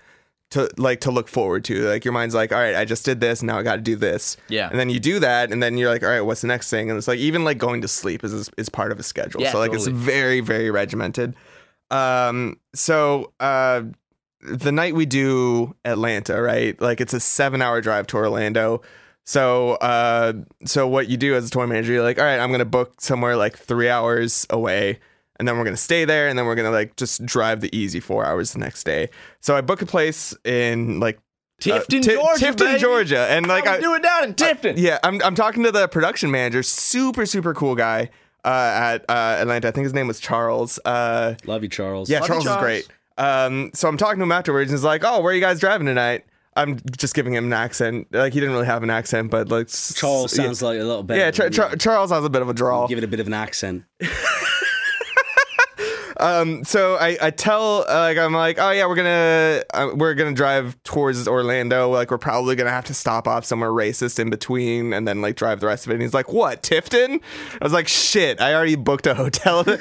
to like to look forward to. Like your mind's like, all right, I just did this, now I got to do this,
yeah.
and then you do that, and then you're like, all right, what's the next thing? And it's like even like going to sleep is is part of a schedule.
Yeah,
so like
totally.
it's very very regimented. Um, so uh. The night we do Atlanta, right? Like it's a seven hour drive to Orlando. So, uh, so what you do as a tour manager, you're like, all right, I'm gonna book somewhere like three hours away, and then we're gonna stay there, and then we're gonna like just drive the easy four hours the next day. So I book a place in like uh,
Tifton,
Ti-
Georgia.
Tifton,
baby. Oh,
Georgia, and like
How we
I,
doing down in Tifton.
yeah, I'm I'm talking to the production manager, super super cool guy uh, at uh, Atlanta. I think his name was Charles. Uh,
Love you, Charles.
yeah,
Love you,
Charles,
Charles.
is great. Um, so I'm talking to him afterwards, and he's like, "Oh, where are you guys driving tonight?" I'm just giving him an accent. Like he didn't really have an accent, but like s-
Charles
yeah.
sounds like a little better.
Yeah, Char- Char- Charles has a bit of a drawl.
Give it a bit of an accent.
Um, so I, I tell uh, like I'm like, oh yeah, we're gonna uh, we're gonna drive towards Orlando. Like we're probably gonna have to stop off somewhere racist in between, and then like drive the rest of it. And he's like, what, Tifton? I was like, shit, I already booked a hotel. there.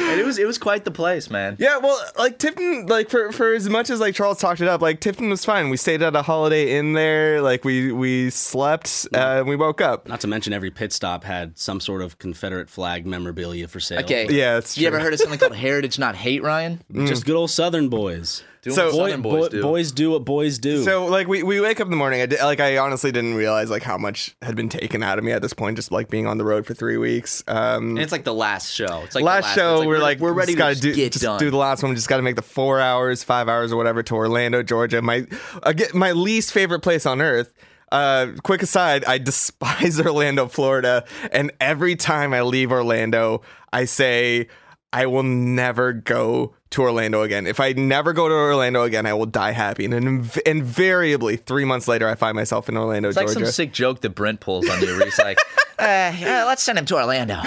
And it was it was quite the place, man.
yeah, well, like Tifton, like for for as much as like Charles talked it up, like Tifton was fine. We stayed at a Holiday Inn there. Like we we slept uh, and we woke up.
Not to mention every pit stop had some sort of Confederate flag memorabilia for sale.
Okay.
Yeah, it's
You ever
true.
heard of something called Heritage Not Hate, Ryan?
Mm.
Just good old Southern boys.
Do
So-
what
Boy-
Southern boys
boy-
do.
Boys do what boys do.
So like we, we wake up in the morning. I di- like I honestly didn't realize like how much had been taken out of me at this point, just like being on the road for three weeks. Um,
And it's like the last show. It's like
last,
the last
show
it's
we're like
we're ready to
just gotta
just
do,
get
just
done.
do the last one. We just got to make the four hours, five hours, or whatever to Orlando, Georgia. My again, my least favorite place on earth. Uh, quick aside, I despise Orlando, Florida, and every time I leave Orlando, I say I will never go to Orlando again. If I never go to Orlando again, I will die happy. And inv- invariably, three months later, I find myself in Orlando,
it's like
Georgia.
some sick joke that Brent pulls on you where he's like, uh, yeah, let's send him to Orlando.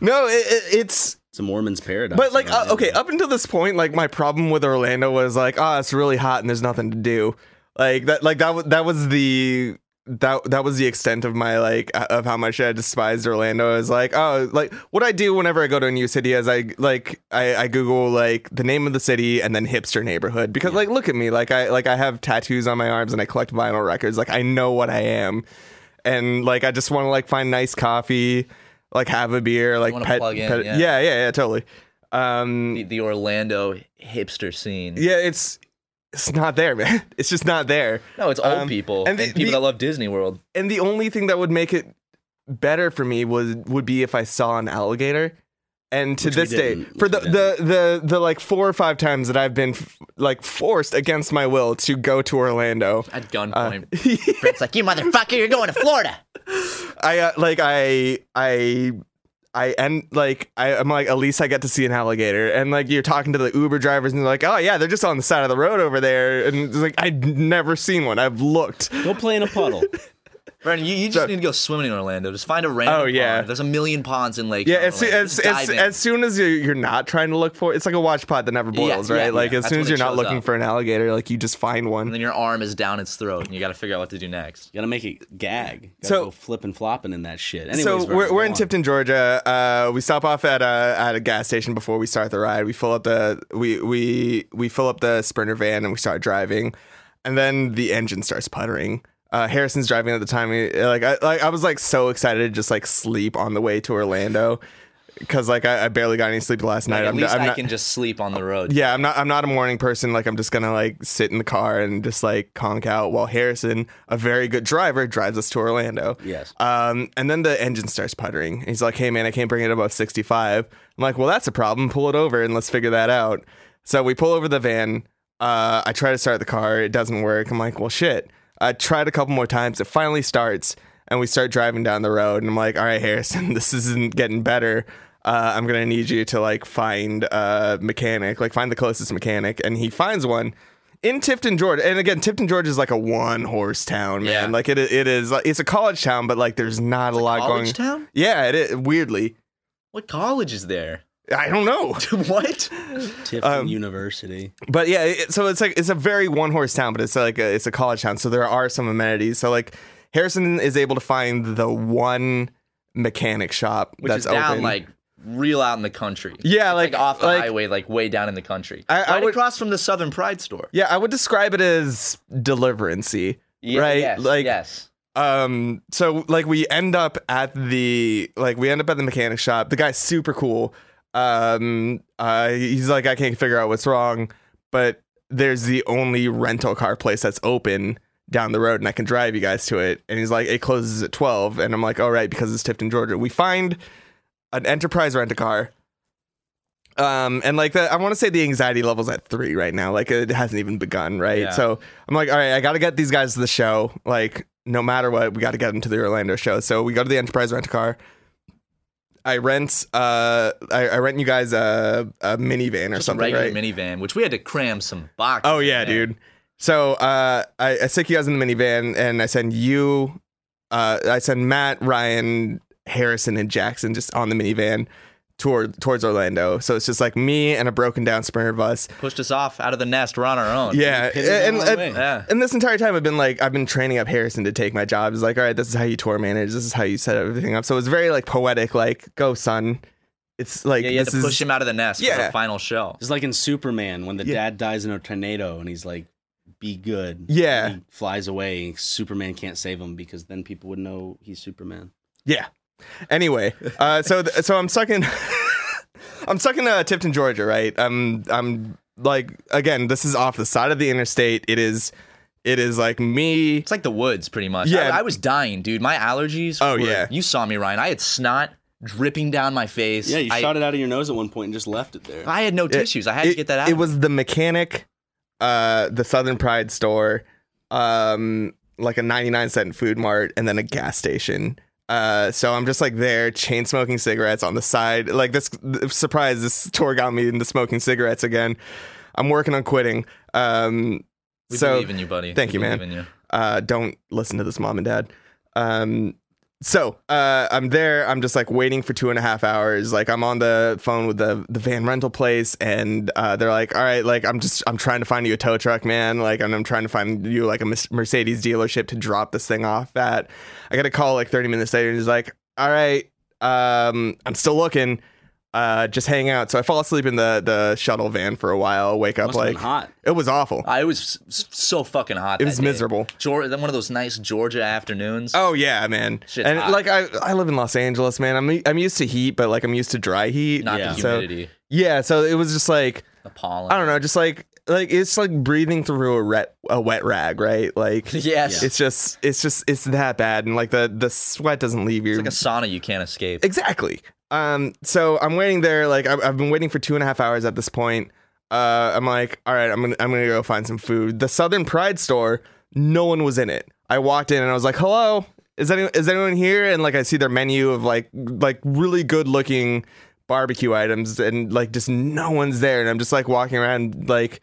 no, it, it, it's
it's a Mormon's paradise.
But like,
around
uh, okay,
here.
up until this point, like my problem with Orlando was like, ah, it's really hot and there's nothing to do. Like that, like that, w- that was the that that was the extent of my like uh, of how much I despised Orlando. Is like, oh, like what I do whenever I go to a new city is I like I, I Google like the name of the city and then hipster neighborhood because like look at me, like I like I have tattoos on my arms and I collect vinyl records. Like I know what I am, and like I just want to like find nice coffee. Like have a beer, like
wanna
pet,
plug in,
pet-
yeah.
yeah, yeah, yeah, totally. Um,
The, the Orlando hipster scene.
yeah, it's it's not there, man. It's just not there.
No, it's old
Um,
people
and
and,
the-
people
the-
that love Disney World.
And the only thing that would make it better for me was would be if I saw an alligator. And to
Which we
this day,
didn't,
for
which we
the, the the the like four or five times that I've been f- like forced against my will to go to Orlando,
At gunpoint,
Uh,
Brent's like, "You motherfucker, you're going to Florida."
I uh, like I I I and like I, I'm like at least I get to see an alligator and like you're talking to the Uber drivers and they're like oh yeah they're just on the side of the road over there and it's like I've never seen one I've looked
Go play in a puddle.
Brendan, you, you just need to go swimming in Orlando. Just find a random.
Oh, yeah.
pond. there's a million ponds in Lake.
yeah as, soo-
Orlando.
as,
Just
as,
dive in.
as soon as you you're not trying to look for it, it's like a watch pot that never
Yeah,
boils
yeah,
right
yeah.
like as
That's
soon
when
as
it
you're not
shows
looking
up.
for an alligator like you just find
and
one
then your arm is down its throat, and you got to figure out what to do next.
Gotta make it gag. Gotta
So-
go flipping flopping in that shit. Anyways,
so
Vern,
we're,
go
we're in
on.
Tifton, Georgia. Uh, we stop off at a at a gas station before we start the ride. We fill up the we we we fill up the Sprinter van and we start driving, and then the engine starts puttering. Uh, Harrison's driving at the time. He- Like I like I was like so excited to just like sleep on the way to Orlando because like I, I barely got any sleep last night.
Like, at
I'm,
least
I'm
i
not,
can just sleep on the road.
yeah, I'm not. I'm not a morning person. Like, I'm just gonna like sit in the car and just like conk out. While Harrison, a very good driver, drives us to Orlando.
Yes.
Um, and then the engine starts puttering. And He's like, "Hey, man, I can't bring it above 65." I'm like, "Well, that's a problem. Pull it over and let's figure that out." So we pull over the van. Uh, I try to start the car. It doesn't work. I'm like, "Well, shit." I tried a couple more times. It finally starts, and we start driving down the road. And I'm like, "All right, Harrison, this isn't getting better." uh, I'm gonna need you to like find a mechanic, like find the closest mechanic, and he finds one in Tifton, Georgia. And again, Tifton, Georgia is like a one horse town, man.
Yeah.
Like it, it is, like, it's a college town, but like there's not a lot
college
going.
town?
Yeah, it is, weirdly,
What college is there?
I don't know,
what?
Tifton
Um,
University.
but yeah, it, so it's like it's a very one horse town, but it's like a, it's a college town, so there are some amenities. So like Harrison is able to find the one mechanic shop
Which
that's
is down
open.
like real out in the country.
Yeah,
It's,
like-
off the
like-
highway, like way down in the country.
I- I
right
would-
across from the Southern Pride store.
yeah, I would describe it as deliverancy,
Yeah,
right?
Yes,
like
yes.
um so like we end up at the like we end up at the mechanic shop the guy's super cool um uh he's like i can't figure out what's wrong but there's the only rental car place that's open down the road and i can drive you guys to it and he's like it closes at 12 and i'm like all right because it's tifton georgia we find an enterprise rent a car um and like the i want to say the anxiety level's at three right now like it hasn't even begun right
Yeah.
so i'm like all right i gotta get these guys to the show like no matter what we gotta get them to the orlando show so we go to the enterprise rent a car i rent uh I, I rent you guys a, a minivan or
Just a
something
regular
right
minivan, which we had to cram some boxes.
oh yeah
in.
dude so uh I, I stick you guys in the minivan and i send you uh i send matt ryan harrison and jackson just on the minivan toward towards orlando so it's just like me and a broken down sprinter bus
Pushed us off out of the nest. We're on our own.
yeah,
Pin it
and,
down the
and,
wing.
Yeah.
and this entire time I've been like I've been training up Harrison to take my job. It's like, all right, this is how you tour manage. This is how you set everything up. So it's very like poetic. Like, go son. It's like
yeah, you had
this
to
is
push him out of the nest for
Yeah.
the final show.
It's like in Superman when the
Yeah.
dad dies in a tornado and he's like, be good.
Yeah.
He flies away. Superman can't save him because then people would know he's Superman.
yeah. Anyway, uh, so th- so I'm sucking. I'm stuck in uh, Tifton, Georgia, right? I'm I'm like again, this is off the side of the interstate. It is, it is like me.
It's like the woods, pretty much.
Yeah.
I, I was dying, dude. My allergies.
Oh,
were-
yeah.
You saw me, Ryan. I had snot dripping down my face.
Yeah, you
I,
shot it out of your nose at one point and just left it there.
I had no tissues. I had to
it,
get that out.
It was the mechanic, uh, the Southern Pride store, um, like a 99 cent food mart, and then a gas station. Uh, so I'm just like there, chain smoking cigarettes on the side. Like this th- surprise, this tour got me into smoking cigarettes again. I'm working on quitting. Um,
We
so
believe in you, buddy.
thank
We
you, man.
believe in you.
uh, don't listen to this mom and dad. Um, so uh, I'm there. I'm just like waiting for two and a half hours. Like I'm on the phone with the the van rental place, and uh, they're like, "All right, like I'm just I'm trying to find you a tow truck, man. Like and I'm trying to find you like a Mes- Mercedes dealership to drop this thing off at." I got a call like 30 minutes later, and he's like, "All right, um, I'm still looking. Uh, just hang out." So I fall asleep in the the shuttle van for a while. Wake up
Must have been
like
hot.
it was awful.
I was s- so fucking hot.
It
that
was
day.
miserable.
Geor- then one of those nice Georgia afternoons.
Oh yeah, man.
Shit's
and
hot.
like I, I live in Los Angeles, man. I'm I'm used to heat, but like I'm used to dry heat.
not
yeah.
the
So-
humidity,
yeah, so it was just like
the pollen.
I don't know, just like like it's like breathing through a wet a wet rag, right? Like
yes.
it's just it's just it's that bad, and like the the sweat doesn't leave
It's
your
like a sauna you can't escape.
Exactly. Um, so I'm waiting there. Like I've, I've been waiting for two and a half hours at this point. Uh, I'm like, all right, I'm gonna I'm gonna go find some food. The Southern Pride store. No one was in it. I walked in and I was like, hello, is any is anyone here? And like I see their menu of like like really good looking barbecue items, and like just no one's there. And I'm just like walking around like.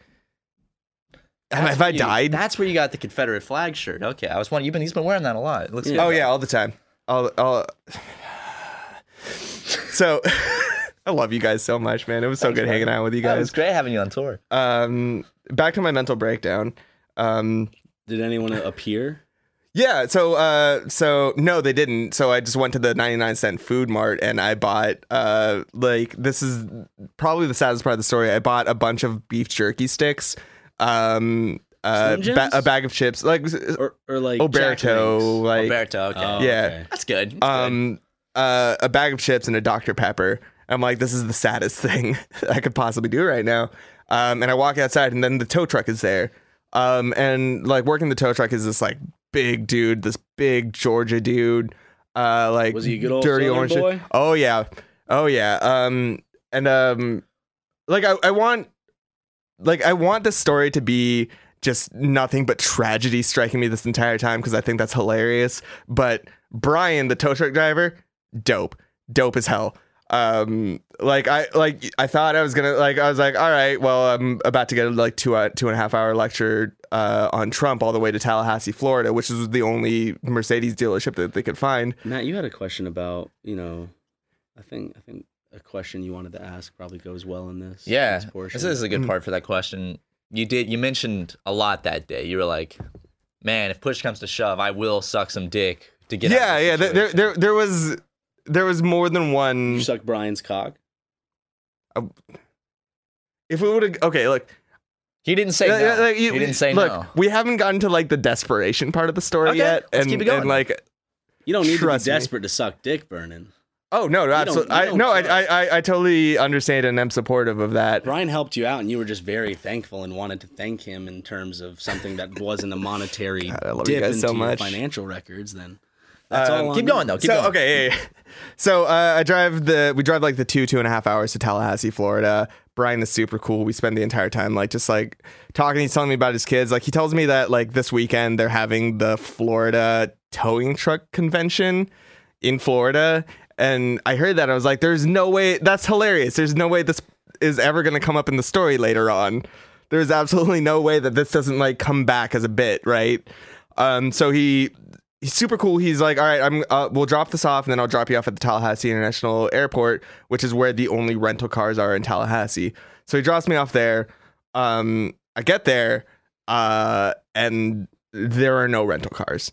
Have,
That's
have I
where you-
died?
That's where you got the Confederate flag shirt. Okay, I was wondering. You've been he's been wearing that a lot. It looks
Yeah.
good.
Oh yeah, all the time. All, all. So, I love you guys so much, man. It was so
Thanks,
good
man.
hanging out with you
Yeah, it was
guys.
great having you on tour.
Um, back to my mental breakdown. Um,
Did anyone appear?
yeah. So, uh, so no, they didn't. So I just went to the ninety-nine cent food mart and I bought, uh, like this is probably the saddest part of the story. I bought a bunch of beef jerky sticks, um, uh,
Slim
ba-
Jims?
a bag of chips, like
Or, or like Jack
Oberto,
Links?
like
Alberto. Okay,
Oh,
yeah.
okay.
that's good. That's
um, uh, a bag of chips and a Dr. Pepper. I'm like, this is the saddest thing I could possibly do right now. Um, and I walk outside, and then the tow truck is there. Um, and like working the tow truck is this like big dude, this big Georgia dude. Uh, like
Was he a good old
dirty
Southern
orange
boy?
Oh yeah, oh yeah. Um, and um, like I, I want, like I want this story to be just nothing but tragedy striking me this entire time because I think that's hilarious. But Brian, the tow truck driver, dope, dope as hell. Um, like I like I thought I was gonna like I was like, all right, well I'm about to get a like two uh, two and a half hour lecture uh on Trump all the way to Tallahassee, Florida, which is the only Mercedes dealership that they could find.
Matt, you had a question about you know, I think I think a question you wanted to ask probably goes well in this.
Yeah,
this portion.
this is a
Mm.
good part for that question. You did. You mentioned a lot that day. You were like, "Man, if push comes to shove, I will suck some dick to get."
yeah,
out of this
yeah. There, there
situation."
there there was there was more than
you
one.
suck Brian's cock.
If we would have okay, look,
He didn't say.
Yeah, yeah,
no.
like, you-
he didn't say
look,
no.
We haven't gotten to like the desperation part of the story
Okay,
yet,
let's
and,
keep it going.
and, like,
You don't need
Trust
to
me.
be desperate to suck dick, Vernon.
oh no, no
don't-
absolutely,
you
I
don't
no, I,
trust.
I, I, I totally understand and am supportive of that.
Brian helped you out, and you were just very thankful and wanted to thank him in terms of something that wasn't a monetary
God, I love you
dip
guys
into
so
your
much.
financial records. Then that's
Um,
all. on
Keep
you.
going though. Keep
so
going.
okay, yeah, yeah. so uh, I drive the we drive like the two two and a half hours to Tallahassee, Florida. Brian is super cool. We spend the entire time like just like talking. He's telling me about his kids. Like he tells me that like this weekend they're having the Florida towing truck convention in Florida, and I heard that I was like, "There's no way. That's hilarious. There's no way this is ever going to come up in the story later on. There's absolutely no way that this doesn't like come back as a bit, right?" Um, so he he's super cool. He's like, all right, I'm uh, we'll drop this off, and then I'll drop you off at the Tallahassee International Airport, which is where the only rental cars are in Tallahassee. So he drops me off there. Um, I get there, uh, and there are no rental cars.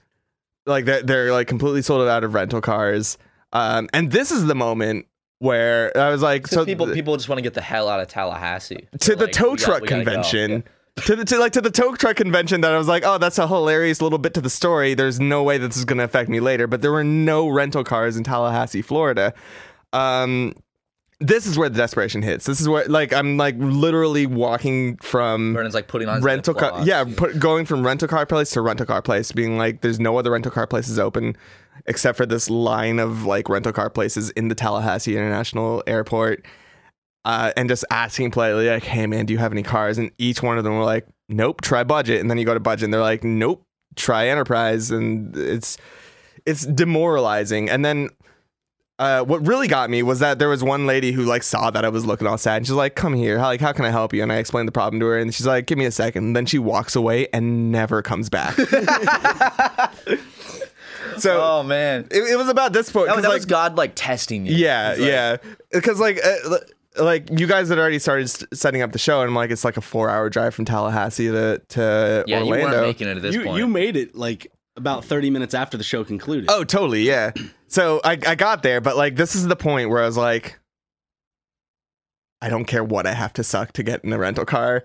Like they're, they're like completely sold out of rental cars. Um, and this is the moment where I was like,
So
so
people, people just want to get the hell out of Tallahassee.
to
They're
the
like,
tow
"We got-
truck
we gotta go."
convention. To the to like to the tow truck convention that I was like, oh, that's a hilarious little bit to the story. There's no way this is gonna affect me later. But there were no rental cars in Tallahassee, Florida. Um, this is where the desperation hits. This is where like I'm like literally walking from
Vernon's like putting on his
rental
flip
car
flops.
yeah put, going from rental car place to rental car place being like there's no other rental car places open except for this line of like rental car places in the tallahassee international airport uh, and just asking politely like hey man do you have any cars and each one of them were like nope try budget and then you go to budget and they're like nope try enterprise and it's it's demoralizing and then uh, what really got me was that there was one lady who like saw that I was looking all sad and she's like, "Come here, how, like how can I help you?" And I explained the problem to her, and she's like, "Give me a second. And then she walks away and never comes back. so
Oh man,
it, it was about this point.
that,
'cause,
was, that
like,
was God like testing you.
yeah,
He's like,
yeah. Because like, uh, li- like you guys had already started s setting up the show, and like it's like a four-hour drive from Tallahassee to to
Yeah, you
Orlando.
weren't making it at this
you,
point.
you made it like about thirty minutes after the show concluded.
Oh, totally. Yeah. So I, I got there, but like this is the point where I was like, I don't care what I have to suck to get in a rental car.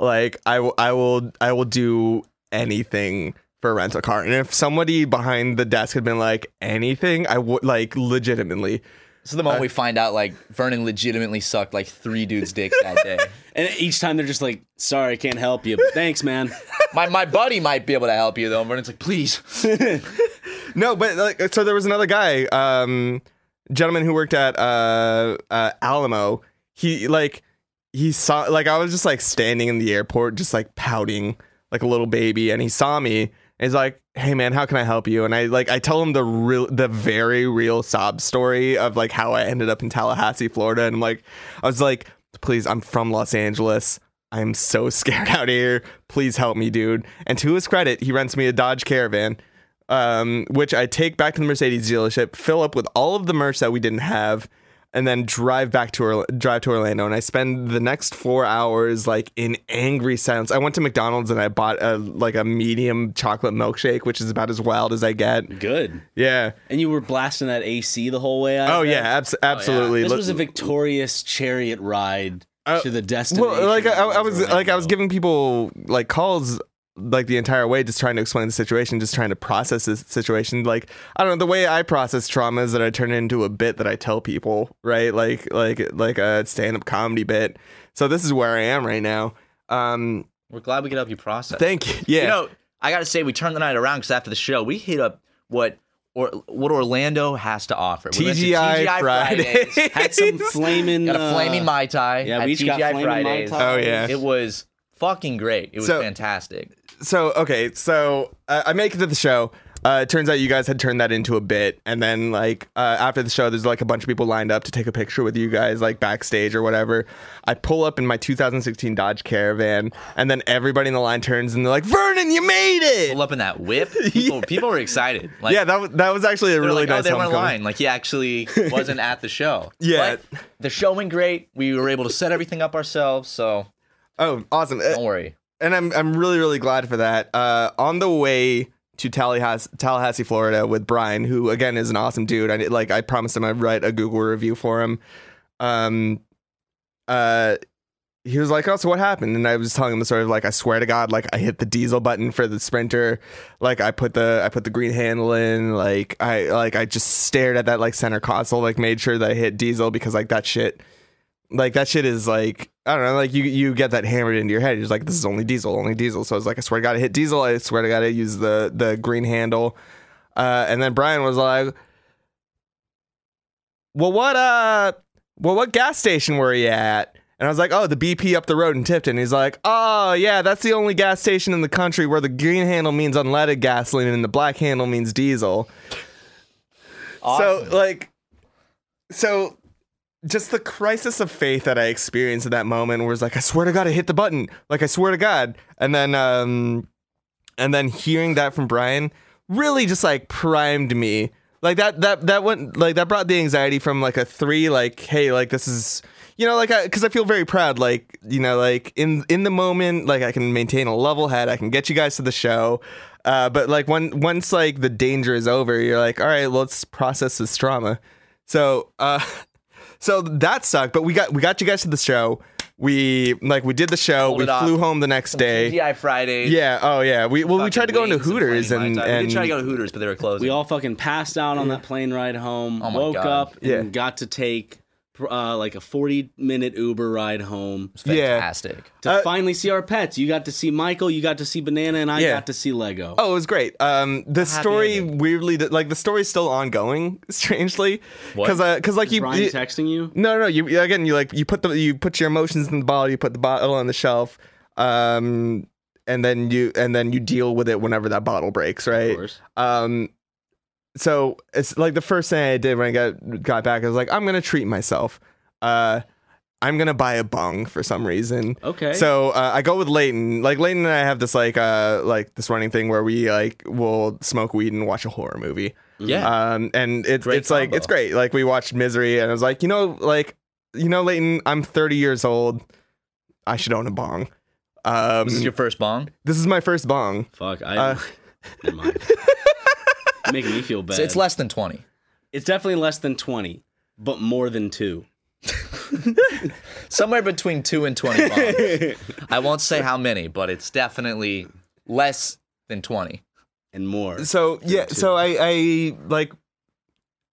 Like I, w- I will I will do anything for a rental car. And if somebody behind the desk had been like anything, I would like legitimately
This is the moment we find out like Vernon legitimately sucked like three dudes' dicks that day.
And each time they're just like, sorry, can't help you. But thanks, man.
my my buddy might be able to help you though. And Vernon's like, please.
No, but like, so there was another guy, um, gentleman who worked at uh, uh, Alamo. He like he saw like I was just like standing in the airport, just like pouting like a little baby, and he saw me. And he's like, "Hey man, how can I help you?" And I like I tell him the real, the very real sob story of like how I ended up in Tallahassee, Florida, and I'm like, I was like, "Please, I'm from Los Angeles." I'm so scared out here. Please help me, dude. And to his credit, he rents me a Dodge Caravan um, which I take back to the Mercedes dealership, fill up with all of the merch that we didn't have, and then drive back to Orla- drive to Orlando. And I spend the next four hours like in angry silence. I went to McDonald's and I bought a like a medium chocolate milkshake, which is about as wild as I get.
Good.
Yeah.
And you were blasting that AC the whole way. I
Oh
bet.
yeah, abs- absolutely.
This
Look-
was a victorious chariot ride
Uh,
to the destination.
well, like I, I was like I was
Orlando.
giving people like calls like the entire way, just trying to explain the situation, just trying to process this situation. Like I don't know, the way I process trauma is that I turn it into a bit that I tell people, right? Like like like a stand up comedy bit. So this is where I am right now. Um,
We're glad we could help you process.
thank you. Yeah,
You know, I gotta say, we turned the night around because after the show, we hit up what or what Orlando has to offer. We went to
TGI Fridays.
Fridays,
had some flaming,
got
uh,
a flaming mai tai.
yeah,
at
we each got
TGI
flaming Mai
Fridays.
Tai.
Oh, yeah.
it was fucking great. It was
So-
fantastic.
so okay so uh, i make it to the show uh, it turns out you guys had turned that into a bit and then like uh, after the show there's like a bunch of people lined up to take a picture with you guys like backstage or whatever i pull up in my 2016 dodge caravan and then everybody in the line turns and they're like vernon you made
Pull
it
up in that whip. People, people were excited. Like,
yeah that, was that was actually a
they were
really
like,
nice
oh, they weren't
homecoming.
lying. Like he actually wasn't at the show.
Yeah.
But the show went great. We were able to set everything up ourselves. So
oh awesome Uh,
don't worry.
and I'm I'm really really glad for that. Uh, on the way to Tallahassee, Tallahassee, Florida, with Brian, who again is an awesome dude. I did- like I promised him I'd write a Google review for him. Um, uh, he was like, "Oh, so what happened?" And I was telling him the story of like, I swear to God, like I hit the diesel button for the Sprinter, like I put the I put the green handle in, like I like I just stared at that like center console, like made sure that I hit diesel because like that shit like that shit is like I don't know, like you you get that hammered into your head. You're just like, this is only diesel, only diesel. So I was like, I swear to God, I hit diesel. I swear to God, I use the the green handle. Uh, and then Brian was like, Well, what uh, well, what gas station were you at? And I was like, Oh, the BP up the road in Tipton. He's like, Oh yeah, that's the only gas station in the country where the green handle means unleaded gasoline and the black handle means diesel. So like, so just the crisis of faith that I experienced at that moment was like, I swear to God, I hit the button. Like, I swear to God. And then, um, and then hearing that from Brian really just like primed me. Like that, that, that went like that brought the anxiety from like a three, like, hey, like this is, you know, like, I, cause I feel very proud. Like, you know, like in, in the moment, like I can maintain a level head. I can get you guys to the show. Uh, but like when, once like the danger is over, you're like, all right, let's process this trauma. So, uh, so that sucked, but we got we got you guys to the show. We like we did the show.
Hold
we
it up.
flew home the next day.
TGI Fridays.
Yeah. Oh, yeah. We well, we tried to go into
Wings and
Hooters
Flaming
and,
Mai Tai.
and
we did try to go to Hooters, but they were closed.
We all fucking passed out on that plane ride home.
Oh my
woke
God.
up and
Yeah.
got to take uh, like a forty-minute Uber ride home
yeah.
fantastic.
to
Uh,
finally see our pets. You got to see Michael. You got to see Banana, and I
Yeah.
got to see Lego.
Oh, it was great. Um, the
happy
story
ending.
weirdly, like the story's still ongoing, strangely,
What?
because because like
Is
you,
Brian
you-
texting you?
no, no, you again, you like you put the you put your emotions in the bottle, you put the bottle on the shelf, um, and then you and then you deal with it whenever that bottle breaks,
Of
right?
course.
um so it's like the first thing I did when I got got back, I was like, I'm gonna treat myself. Uh I'm gonna buy a bong for some reason.
Okay.
So uh, I go with Layton. Like Layton and I have this like uh like this running thing where we like will smoke weed and watch a horror movie.
Yeah.
Um and it's
Great
it's like
combo.
it's great. Like we watched Misery and I was like, you know, like you know, Layton, I'm 30 years old. I should own a bong. Um
this is your first bong.
this is my first bong.
Fuck. I.
Uh,
never mind. Making me feel bad.
So it's less than twenty.
It's definitely less than twenty, but more than two.
Somewhere between two and twenty bongs. I won't say how many, but it's definitely less than twenty.
and more.
so yeah
too.
so i i like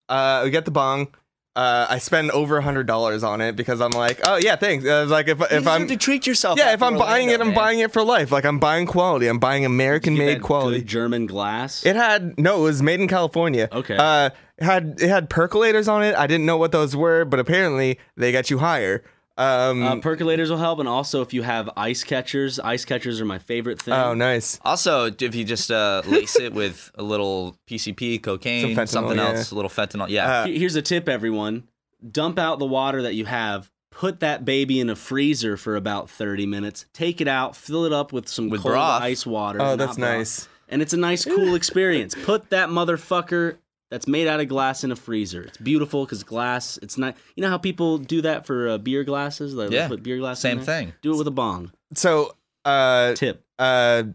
uh we get the bong uh, I spend over a hundred dollars on it because I'm like, oh yeah, thanks. I was like, if
You
if
deserve
I'm
to treat yourself.
yeah, if
after
I'm buying
Orlando,
it, I'm
man.
buying it for life. Like I'm buying quality. I'm buying American
Get
made
that
quality.
good German glass.
It had no. It was made in California.
Okay.
Uh, it had it had percolators on it. I didn't know what those were, but apparently they got you higher. Um.
uh, percolators will help, and also if you have ice catchers, ice catchers are my favorite thing.
oh, nice.
Also, if you just uh, lace it with a little PCP, cocaine,
Some fentanyl,
something
yeah.
else, a little fentanyl. Yeah.
Uh,
Here- Here's a tip, everyone: dump out the water that you have. Put that baby in a freezer for about 30 minutes. Take it out, fill it up with some
With
cold
broth.
ice water.
Oh,
not
that's
broth.
nice.
And it's a nice, cool experience. Put that motherfucker that's made out of glass in a freezer. It's beautiful because glass. It's not. You know how people do that for uh, beer glasses? They
Yeah,
put beer glasses.
mm-hmm.
Same
in there?
thing.
Do it with a bong.
So, uh,
Tip.
uh,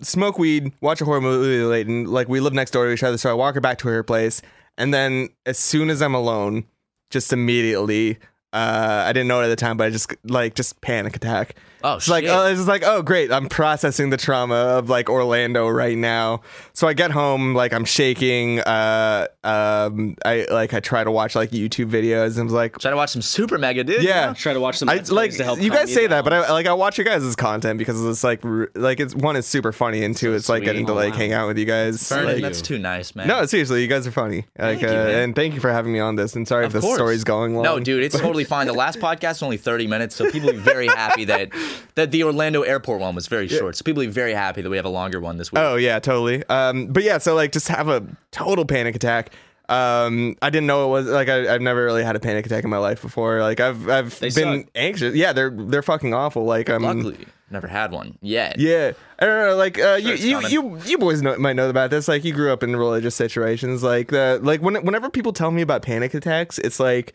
smoke weed, watch a horror movie late, and like we live next door to each other. So I walk her back to her place, and then as soon as I'm alone, just immediately, uh, I didn't know it at the time, but I just like just panic attack.
Oh,
It's like
shit.
oh, it's just like oh, great, I'm processing the trauma of like Orlando right now. So I get home, like I'm shaking. Uh, um, I like I try to watch like YouTube videos, and I was like,
Try to watch some Super Mega, dude.
yeah,
Try to watch some.
I
Netflix
like
to help
you guys
calm
say
down.
that, but I like I watch your guys' content because it's like r- like it's one is super funny and two it's like getting to
Oh,
like
wow.
hang out with you guys.
Vernon,
Like,
that's too nice, man.
no, seriously, you guys are funny. Like,
Thank you,
uh,
man.
and thank you for having me on this. And sorry if
Of
the
course.
story's going long.
No, dude, it's totally fine. The last podcast was only 30 minutes, so people will be very happy that that the Orlando airport one was very short. So people will be very happy that we have a longer one this week.
Oh yeah, totally. Um, but yeah, so like just have a total panic attack. Um, I didn't know it was like I, I've never really had a panic attack in my life before. Like I've I've
They
been
suck.
anxious. Yeah, they're they're fucking awful. Like I'm
Luckily, never had one yet.
um, Yeah, I don't know. Like uh,
Sure, it's
you, you,
common.
you, you boys know, might know about this. Like you grew up in religious situations. Like the like when, whenever people tell me about panic attacks, it's like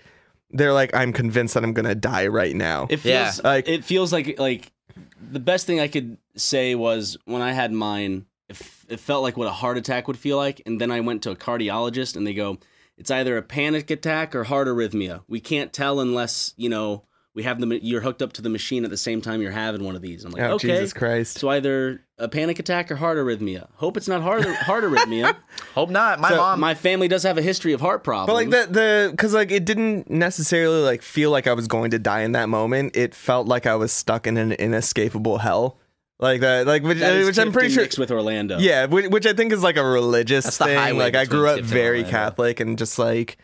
they're like, I'm convinced that I'm gonna die right now.
It
Yeah.
feels
Like-
like it feels like like the best thing I could say was when I had mine. If it felt like what a heart attack would feel like, and then I went to a cardiologist, and they go, "It's either a panic attack or heart arrhythmia. We can't tell unless you know we have the ma- you're hooked up to the machine at the same time you're having one of these." I'm like,
oh
"Okay."
Jesus Christ!
So either a panic attack or heart arrhythmia. Hope it's not heart heart arrhythmia.
Hope not. My
So-
mom.
My family does have a history of heart problems.
But like the the because like it didn't necessarily like feel like I was going to die in that moment. It felt like I was stuck in an inescapable hell. Like that, like which,
That is
uh, which I'm pretty
Tifton
sure
mixed with Orlando.
Yeah, which, which I think is like a religious
That's the
thing.
highway
Like I
between
grew up
Tifton and
very
Orlando.
Catholic and just like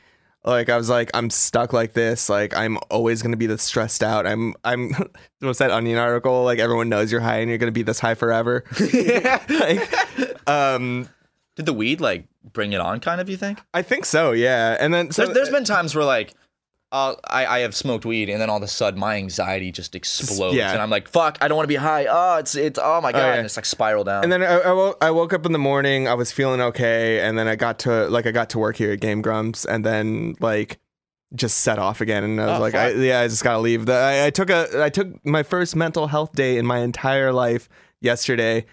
like I was like I'm stuck like this. Like I'm always going to be this stressed out. I'm I'm what's that onion article? Like everyone knows you're high and you're going to be this high forever. like, um
Did the weed like bring it on? Kind of, you think?
I think so, yeah. And then so
there's, there's been times where like. Uh, I, I have smoked weed, and then all of a sudden my anxiety just explodes,
yeah.
and I'm like, "Fuck, I don't want to be high." Oh, it's it's oh my god,
yeah.
and it's like spiral down.
And then I, I, woke, I woke up in the morning. I was feeling okay, and then I got to like I got to work here at Game Grumps, and then like just set off again. And I was
Oh,
like, I,
fuck.
yeah, I just gotta leave. The, I, I took a I took my first mental health day in my entire life yesterday,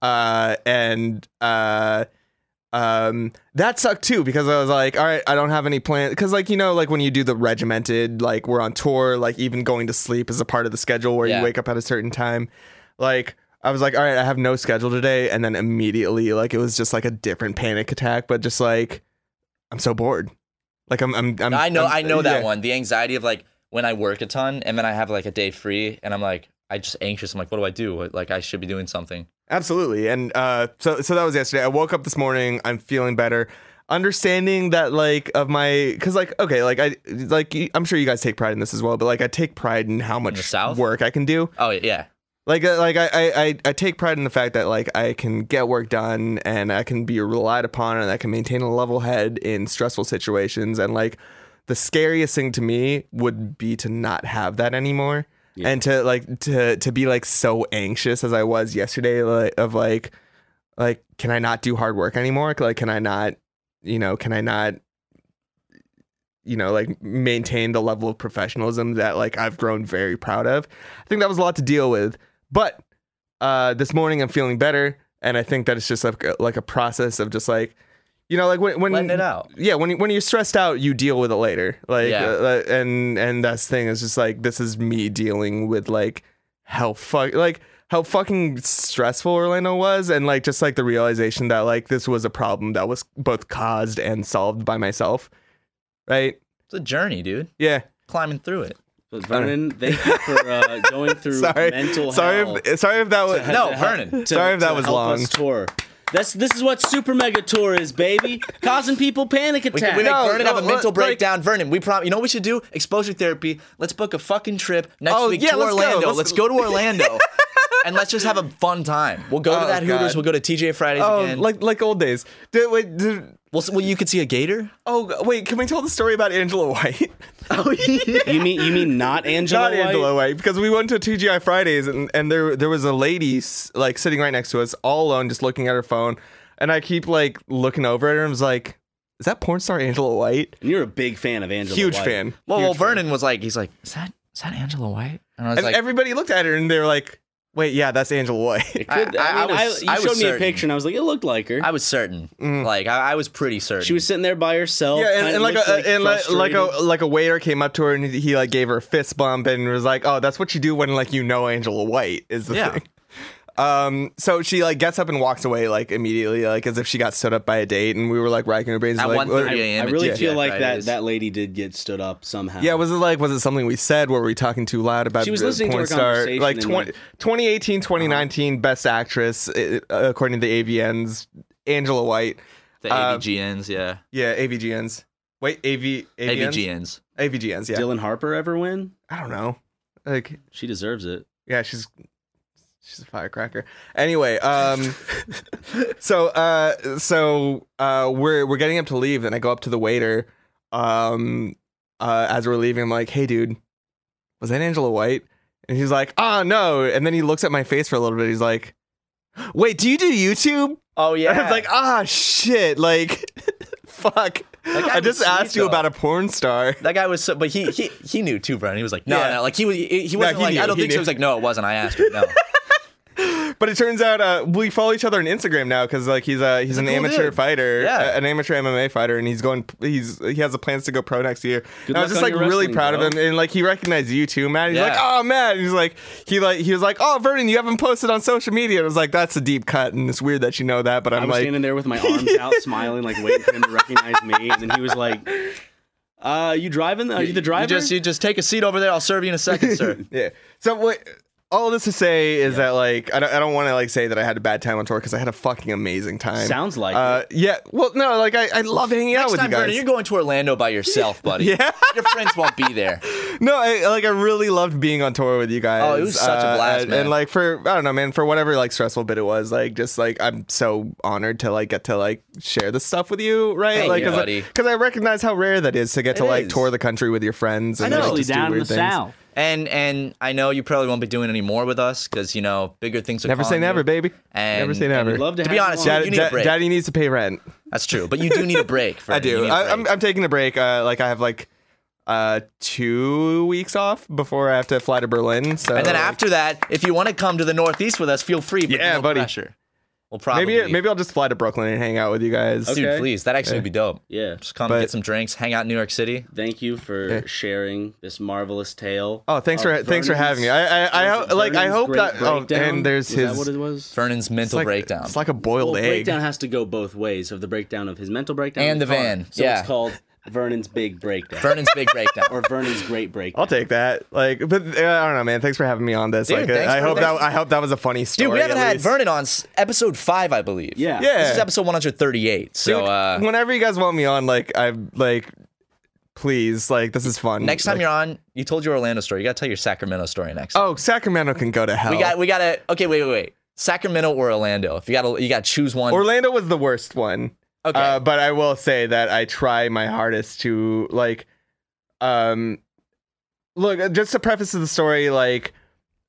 uh, and uh, um, that sucked too because I was like, all right, I don't have any plan because like you know like when you do the regimented like we're on tour like even going to sleep is a part of the schedule where
Yeah.
you wake up at a certain time, like. I was like, all right, I have no schedule today. And then immediately, like, it was just like a different panic attack, but just like, I'm so bored. Like, I'm, I'm, I'm
I know,
I'm-
i know that
yeah.
one. The anxiety of like when I work a ton and then I have like a day free and I'm like, I just anxious. I'm like, what do I do? Like I should be doing something.
Absolutely. And uh, so, so that was yesterday. I woke up this morning. I'm feeling better. Understanding that, like, of my, because, like, okay, like, I, like, you- I'm sure you guys take pride in this as well, but like, I take pride in how much
South?
work I can do.
Oh yeah,
Like, uh, like, I, I, I, I take pride in the fact that, like, I can get work done and I can be relied upon and I can maintain a level head in stressful situations. And like, the scariest thing to me would be to not have that anymore
Yeah.
and to like to to be like so anxious as I was yesterday like, of like like can I not do hard work anymore like can I not you know can I not you know like maintain the level of professionalism that like I've grown very proud of I think that was a lot to deal with but uh this morning I'm feeling better and I think that it's just like a- like a process of just like you know like when when
letting it out.
yeah when you, when you're stressed out you deal with it later like
Yeah.
uh, and and that's the thing is just like this is me dealing with like how fuck like how fucking stressful Orlando was and like just like the realization that like this was a problem that was both caused and solved by myself right
It's a journey, dude.
Yeah.
Climbing through it.
But Vernon, thank you for uh, going through
Sorry.
mental
sorry.
hell.
If, sorry if that was
to-
No,
to help-
Vernon.
to-
Sorry if that
to
was
help
long.
us tour. That's this is what Super Mega Tour is, baby. Causing people panic
We, can,
attacks.
we make
No,
Vernon
no,
have a
let-
mental
like-
breakdown. Vernon, we prom. You know what we should do? Exposure therapy. Let's book a fucking trip next
Oh,
week
yeah,
to
let's go.
Orlando.
Let's-
Let's, go to Orlando, and let's just have a fun time. We'll go
Oh,
to that Hooters.
God.
We'll go to TJ Fridays
Oh,
again.
like like old days. Did, wait, did,
well, s- well, you could see a gator.
oh wait, can we tell the story about Angela White?
you mean you mean not Angela?
Not
White?
Angela White, because we went to TGI Fridays and, and there there was a lady s- like sitting right next to us, all alone, just looking at her phone. And I keep like looking over at her and I was like, "Is that porn star Angela White?"
And you're a big fan of Angela.
Huge
White.
fan.
Well,
Huge
well,
fan.
Vernon was like, he's like, is that is that Angela White? And I was
And
like,
everybody looked at her and they were like, "Wait, yeah, that's Angela White."
It could, I,
I- I
mean, I
was-
you
I was
showed me a
certain.
picture and I was like, it looked like her.
I was certain.
Hmm.
Like, I, I was pretty certain.
she was sitting there by herself.
yeah, and,
kinda
and like
looked,
a and like, like a
frustrated.
like a waiter came up to her and he, he, like gave her a fist bump and was like, "Oh, that's what you do when like you know Angela White is the
Yeah.
thing." Um, so she like gets up and walks away like immediately, like as if she got stood up by a date, and we were like racking our brains.
at
like,
1:30
uh, what-
a.m.
I
at
really
TGI
feel like that,
Fridays.
that lady did get stood up somehow.
Yeah, was it like was it something we said? Were we talking too loud about?
She was
the
listening to
porn
our
star?
conversation
Like
and,
20,
like-
2018, 2019 Best Actress uh, according to the AVNs, Angela White.
the
uh,
AVGNs, yeah,
Yeah, AVGNs. Wait, AV AVGNs.
AVGNs.
AVGNs. Yeah,
Dylan Harper ever win?
I don't know. Like,
She deserves it.
yeah, she's she's a firecracker. Anyway, um, so uh, so uh, we're we're getting up to leave. Then I go up to the waiter. Um, uh, as we're leaving, I'm like, "Hey, dude, was that Angela White?" And he's like, "Ah, no." And then he looks at my face for a little bit. He's like, "Wait, do you do YouTube?"
Oh yeah,
And I was like, "Ah, shit! Like, fuck!
guy
I
was
just
sweet,
asked you
though.
about a porn star."
That guy was so, but he he he knew too, Vernon. He was like, no,
Yeah.
no, like he was he, he wasn't
he
like,
knew,
I don't
he
think so.
knew.
He was like, no, it wasn't. I asked her. No,
But it turns out uh, we follow each other on Instagram now because like he's a he's,
a
an
cool
amateur
dude.
fighter,
Yeah.
uh, an amateur MMA fighter, and he's going he's he has the plans to go pro next year. and I was
luck
just
on
like
your
really
wrestling,
proud
bro.
of him, and like he recognized you too, Matt. He's like,
Yeah.
oh Matt, and he's like he like he was like, oh Vernon, you haven't posted on social media. And I was like, that's a deep cut, and it's weird that you know that, but
i
I'm
was
like,
standing there with my arms out, smiling, like waiting for him to recognize me. And then he was like, uh, you driving? Are you the driver?
You just you just take a seat over there. I'll serve you in a second, sir.
Yeah. So what? All this to say is that like I don't, I don't want to like say that I had a bad time on tour because I had a fucking amazing time.
Sounds like
Uh, yeah. Well, no, like I, I love hanging out
Next
with
time,
you guys.
Vernon, you're going to Orlando by yourself, buddy.
Yeah.
your friends won't be there.
No, I like I really loved being on tour with you guys. uh,
Oh, it was such a blast,
and,
man.
And like for I don't know, man, for whatever like stressful bit it was, like just like I'm so honored to like get to like share this stuff with you, right?
Thank
like
you,
I-
buddy.
I recognize how rare that is to get to
It
like
is.
tour the country with your friends and
know.
like,
especially
just
down
do
in the
weird things.
south.
And and I know you probably won't be doing any more with us because you know bigger things are
Never say
calling Oh, you.
never, baby.
And-
never say
and
never.
We'd love to,
To
have
be
you
honest,
on.
Jack-
Dad-
You need a
Dad-
break.
Daddy needs to pay rent.
That's true, but you do need a break.
I
Vernon. You
do.
need a
I, I'm,
break.
I'm taking a break. Uh, like I have like uh two weeks off before I have to fly to Berlin. So
and then
like,
after that, if you want to come to the Northeast with us, feel free. But
Yeah,
no
buddy.
Pressure. We'll probably
maybe maybe I'll just fly to Brooklyn and hang out with you guys.
dude, please. That actually would be dope.
Yeah.
Just come
But-
get some drinks, hang out in New York City.
Thank you for sharing this marvelous tale.
Oh, thanks
of
for thanks for
Vernon's-
having me. I I, I,
Vernon's
ho- like I hope
great
that oh,
breakdown.
and there's
Was
his
that what it was?
Vernon's
it's
mental
like,
breakdown.
It's like a boiled
Well,
egg.
breakdown has to go both ways of the breakdown of his mental breakdown
And the
car.
van,
So
yeah.
it's called Vernon's big breakdown
Vernon's big breakdown.
or Vernon's great breakdown.
I'll take that. Like, but uh, I don't know, man. Thanks for having me on this.
Dude,
like, uh,
thanks
I
for-
hope that
thanks-
I hope that was a funny story.
Dude, we haven't
at
had
least.
Vernon on s- episode five, I believe.
Yeah.
Yeah.
This is episode 138. So
Dude,
uh,
whenever you guys want me on, like, I'm like, please, like, this is fun.
next time
Like-
you're on, you told your Orlando story. You gotta tell your Sacramento story next time.
oh, Sacramento can go to hell.
We got we gotta okay, wait, wait, wait. Sacramento or Orlando. If you gotta you gotta choose one.
Orlando was the worst one.
okay.
Uh, but I will say that I try my hardest to like, um, look. uh, Just to preface to the story, like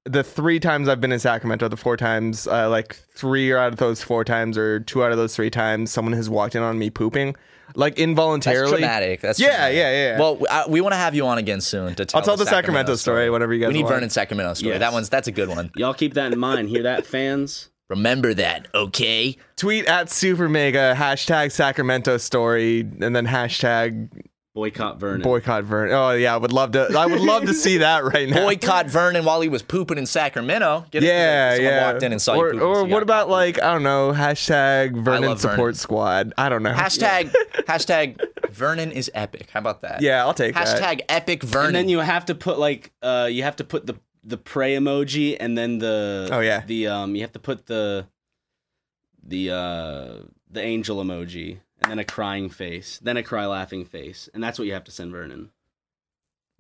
the three times I've been in Sacramento, the four times, uh, like three out of those four times or two out of those three times, someone has walked in on me pooping, like
that's
involuntarily.
traumatic. That's
Yeah,
traumatic.
yeah, yeah, yeah.
Well, I, we want to have you on again soon to tell.
I'll tell the Sacramento story, whatever you guys.
We need
want.
Vernon's Sacramento story.
Yes.
That one's that's a good one.
Y'all keep that in mind. Hear that, fans?
Remember that, okay?
Tweet at Super Mega hashtag Sacramento story and then hashtag
Boycott Vernon.
Boycott Vernon. Oh yeah, I would love to. I would love to see that right now.
Boycott Vernon while he was pooping in Sacramento. Get it?
Yeah,
Someone
yeah.
walked in and saw you
or,
pooping, so
or
you
what
got
about
caught.
like I don't know hashtag Vernon
love
support
Vernon.
squad? I don't know.
hashtag hashtag Vernon is epic? How about that?
Yeah, I'll take that.
Hashtag epic Vernon.
And then you have to put like uh you have to put the the prey emoji and then the
Oh, yeah.
the um you have to put the the uh the angel emoji and then a crying face, then a cry laughing face, and that's what you have to send Vernon.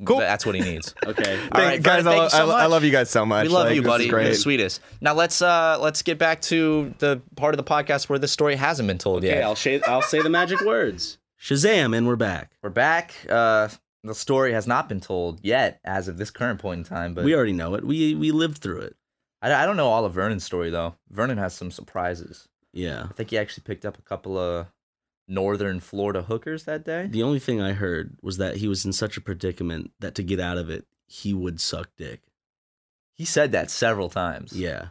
Cool.
That's what he needs.
Okay.
Thank-
All right,
guys,
Vernon,
I,
thank you so
I lo- I
much.
love you guys so much.
We love
Like,
you,
this is
buddy. You're the
Great.
sweetest. Now let's uh let's get back to the part of the podcast where this story hasn't been told
Okay,
yet.
I'll say I'll say the magic words.
Shazam, and we're back.
We're back. Uh the story has not been told yet as of this current point in time, but
we already know it. We we lived through it.
I, I don't know all of Vernon's story though. Vernon has some surprises.
Yeah.
I think he actually picked up a couple of northern Florida hookers that day.
The only thing I heard was that he was in such a predicament that to get out of it, he would suck dick.
He said that several times.
Yeah.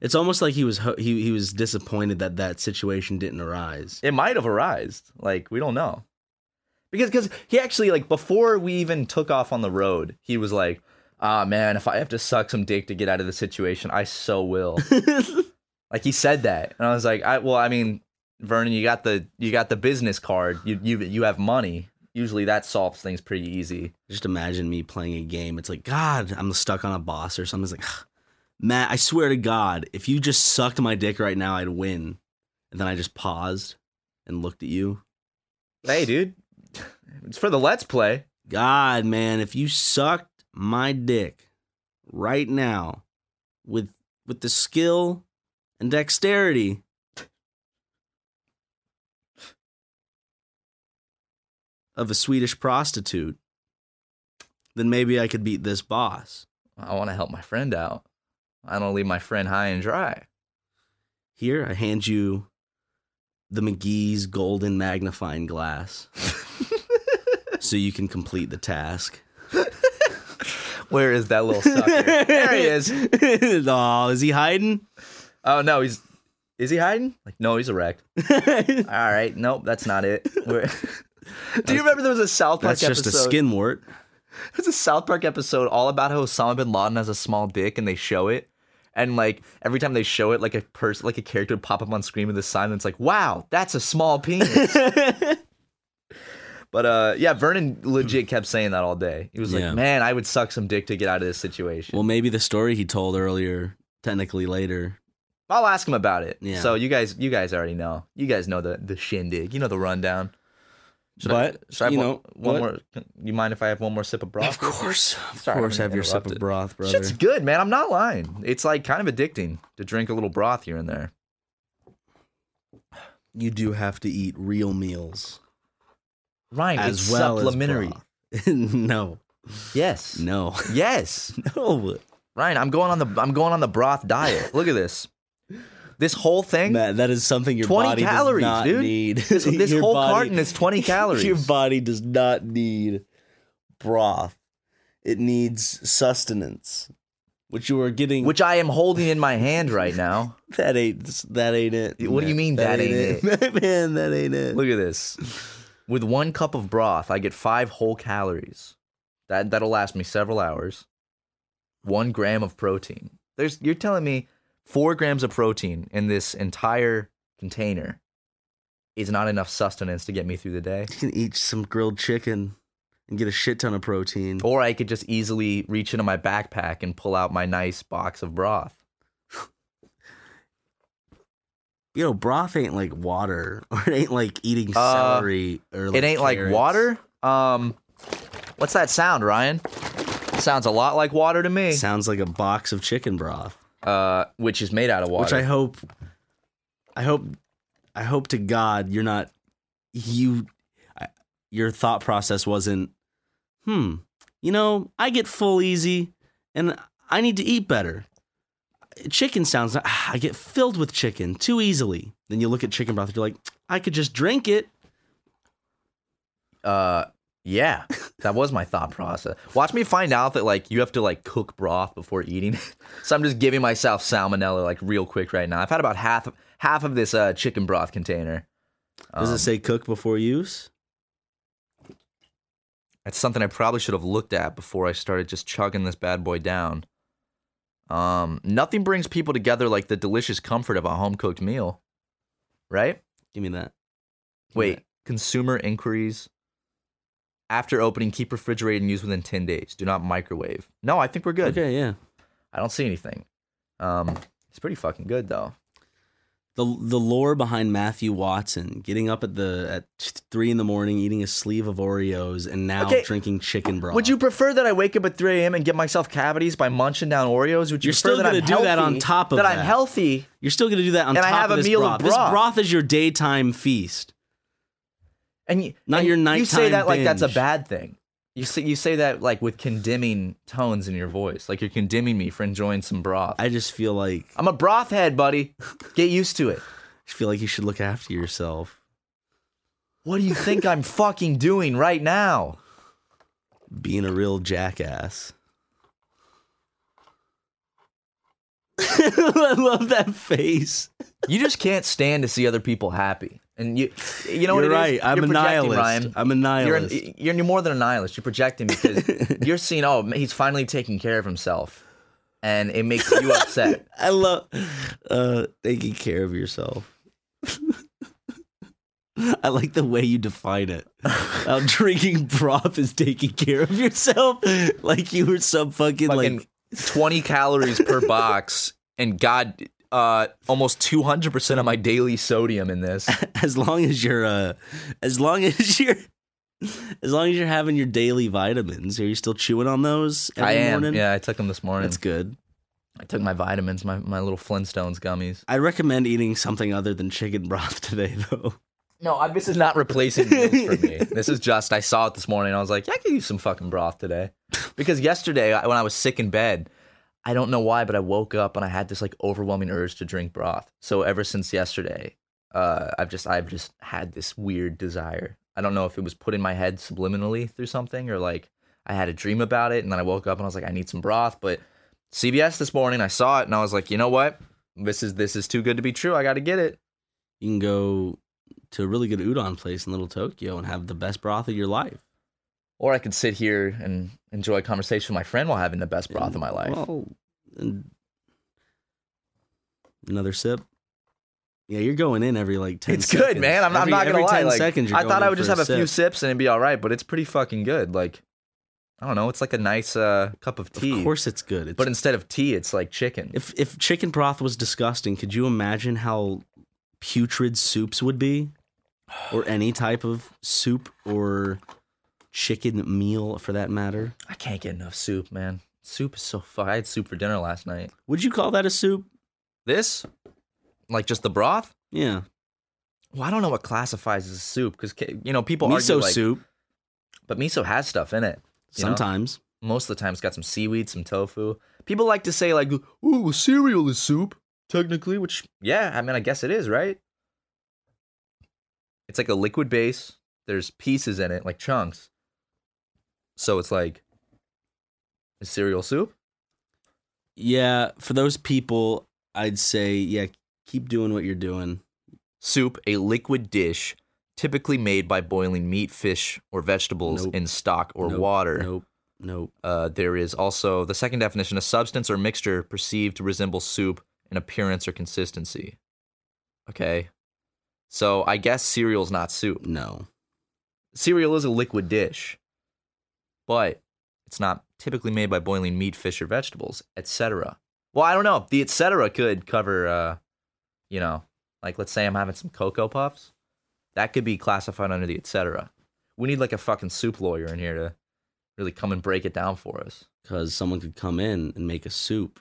It's almost like he was ho- he he was disappointed that that situation didn't arise.
It might have arised. Like we don't know. Because cause he actually like before we even took off on the road, he was like, "Ah man, if I have to suck some dick to get out of the situation, I so will." like he said that. And I was like, "I well, I mean, Vernon, you got the you got the business card. You you you have money. Usually that solves things pretty easy."
Just imagine me playing a game. It's like, God, I'm stuck on a boss or something. It's like, Matt, I swear to God, if you just sucked my dick right now, I'd win. And then I just paused and looked at you.
Hey, dude. It's for the let's play.
God, man, if you sucked my dick right now with with the skill and dexterity. Of a Swedish prostitute, then maybe I could beat this boss.
I want to help my friend out. I don't leave my friend high and dry.
Here, I hand you the McGee's golden magnifying glass so you can complete the task.
Where is that little sucker? there he is.
oh, is he hiding?
Oh no, he's is he hiding? Like no, he's erect. All right, nope, that's not it. We're- Do you remember there was a South Park
That's just
episode?
a skin wart.
There's a South Park episode all about how Osama bin Laden has a small dick, and they show it. And like every time they show it, like a person, like a character would pop up on screen with a sign that's like, "Wow, that's a small penis." but uh, yeah, Vernon legit kept saying that all day. He was
Yeah.
like, "Man, I would suck some dick to get out of this situation."
Well, maybe the story he told earlier, technically later.
I'll ask him about it.
Yeah.
So you guys, you guys already know. You guys know the the shindig. You know the rundown.
But, you
one,
know,
one
what-
more? can- You mind if I have one more sip of broth?
course. Of
Sorry, I
course,
didn't
have your sip of
interrupt it.
broth, brother.
Shit's good, man. I'm not lying. It's like kind of addicting to drink a little broth here and there.
You do have to eat real meals
Right.
as
it's
well
supplementary.
as broth. no,
yes.
no,
Yes.
no.
Ryan, I'm going on the I'm going on the broth diet. Look at this. This whole thing.
Matt, that is something your
20
body
calories,
does not
dude.
need.
This, this
Your
whole
body-
carton is 20 calories.
Your body does not need broth. It needs sustenance, which you are getting.
which I am holding in my hand right now.
that ain't that ain't it.
What do you mean, that ain't
man? That ain't it.
Look at this. With one cup of broth, I get five whole calories. That that'll last me several hours. One gram of protein. There's you're telling me four grams of protein in this entire container is not enough sustenance to get me through the day.
You can eat some grilled chicken and get a shit ton of protein.
Or I could just easily reach into my backpack and pull out my nice box of broth.
You know, broth ain't like water, or it ain't like eating
Uh,
celery, or like
it ain't like
carrots.
water. Um what's that sound, Ryan? Sounds a lot like water to me.
Sounds like a box of chicken broth,
Uh which is made out of water.
which I hope, I hope, I hope to God you're not you. I, your thought process wasn't, hmm. You know, I get full easy, and I need to eat better. Chicken sounds. ah, I get filled with chicken too easily. Then you look at chicken broth, you're like, I could just drink it.
uh yeah that was my thought process watch me find out that like you have to like cook broth before eating it so i'm just giving myself salmonella like real quick right now i've had about half half of this uh chicken broth container
Does
Um,
it say cook before use?
That's something I probably should have looked at before I started just chugging this bad boy down. Um, nothing brings people together like the delicious comfort of a home cooked meal, right?
Give me that. Give me
Wait,
that.
consumer inquiries. After opening, keep refrigerated and use within 10 days. Do not microwave. No, I think we're good.
Okay, yeah.
I don't see anything. Um, it's pretty fucking good though.
The the lore behind Matthew Watson getting up at the at th- three in the morning, eating a sleeve of Oreos, and now
Okay.
drinking chicken broth.
Would you prefer that I wake up at 3 a.m. and get myself cavities by munching down Oreos? Would you
You're
prefer
still
that I'm
gonna do that on
healthy-
top of
that I'm
that.
healthy?
You're still going to do that on
And I
top
have
of
a
this
meal
broth.
of
This
broth.
broth is your daytime feast.
And you,
Not
and
your
You say
nighttime
that like that's a
binge.
bad thing. You say you say that like with condemning tones in your voice, like you're condemning me for enjoying some broth. I,
I just feel like I
am a broth head, buddy. Get used to it.
just feel like you should look after yourself.
What do you think I'm fucking doing right now?
Being a real jackass. I love that face.
You just can't stand to see other people happy, and you you know
You're
what it
right.
is?
I'm
You're
a
projecting,
nihilist.
Ryan.
I'm a
you're,
nihilist.
an, you're you're more than a nihilist. You're projecting because you're seeing, oh, he's finally taking care of himself, and it makes you upset.
I love uh, taking care of yourself. I like the way you define it. How drinking broth is taking care of yourself, like you were some fucking,
Fucking
like
20 calories per box, and God, uh, almost 200 percent of my daily sodium in this.
as long as you're uh, as long as you're as long as you're having your daily vitamins. Are you still chewing on those every
I am.
morning?
Yeah, I took them this morning.
that's good.
I took my vitamins, my my little Flintstones gummies.
I recommend eating something other than chicken broth today, though.
No, I, this is not replacing meals for me. This is just I saw it this morning. and I was like, yeah, I could use some fucking broth today, because yesterday I- when I was sick in bed, I don't know why, but I woke up and I had this like overwhelming urge to drink broth. So ever since yesterday, uh, I've just I've just had this weird desire. I don't know if it was put in my head subliminally through something or like I had a dream about it, and then I woke up and I was like, I need some broth. But CBS this morning, I saw it and I was like, you know what? This is this is too good to be true. I got to get it.
You can go to a really good udon place in Little Tokyo and have the best broth of your life.
Or I could sit here and enjoy a conversation with my friend while having the best broth of my life.
Well, and another sip. Yeah, you're going in every like ten.
it's
seconds.
good, man. I'm, I'm
Every-
not
every
gonna lie.
10
Like,
seconds, you're
I
going
thought I
in
would
for
just have a
sip.
few sips and it'd be all right, but it's pretty fucking good. Like, I don't know. It's like a nice uh, cup of tea.
Of course, it's good. It's,
But instead of tea, it's like chicken.
if if chicken broth was disgusting, could you imagine how putrid soups would be, or any type of soup or chicken meal for that matter?
I can't get enough soup, man. Soup is so fuck. I had soup for dinner last night.
Would you call that a soup?
This, like just the broth.
Yeah,
Well, I don't know what classifies as soup because you know people argue
miso
like,
soup
but miso has stuff in it. you know?
sometimes.
most of the time it's got some seaweed, some tofu. People like to say like, "Ooh, cereal is soup," technically, which yeah, I mean, I guess it is, right? It's like a liquid base. There's pieces in it, like chunks. So it's like is cereal soup.
Yeah, for those people, I'd say yeah, keep doing what you're doing.
Soup, a liquid dish typically made by boiling meat, fish, or vegetables
Nope.
in stock or
Nope,
water.
Nope. Nope.
Uh, there is also the second definition a substance or mixture perceived to resemble soup in appearance or consistency. Okay. So I guess cereal's not soup.
No.
Cereal is a liquid dish, but it's not typically made by boiling meat, fish, or vegetables, etc. Well, I don't know. The etc. could cover, uh, you know, like let's say I'm having some Cocoa Puffs. That could be classified under the etc. We need like a fucking soup lawyer in here to really come and break it down for us.
Because someone could come in and make a soup,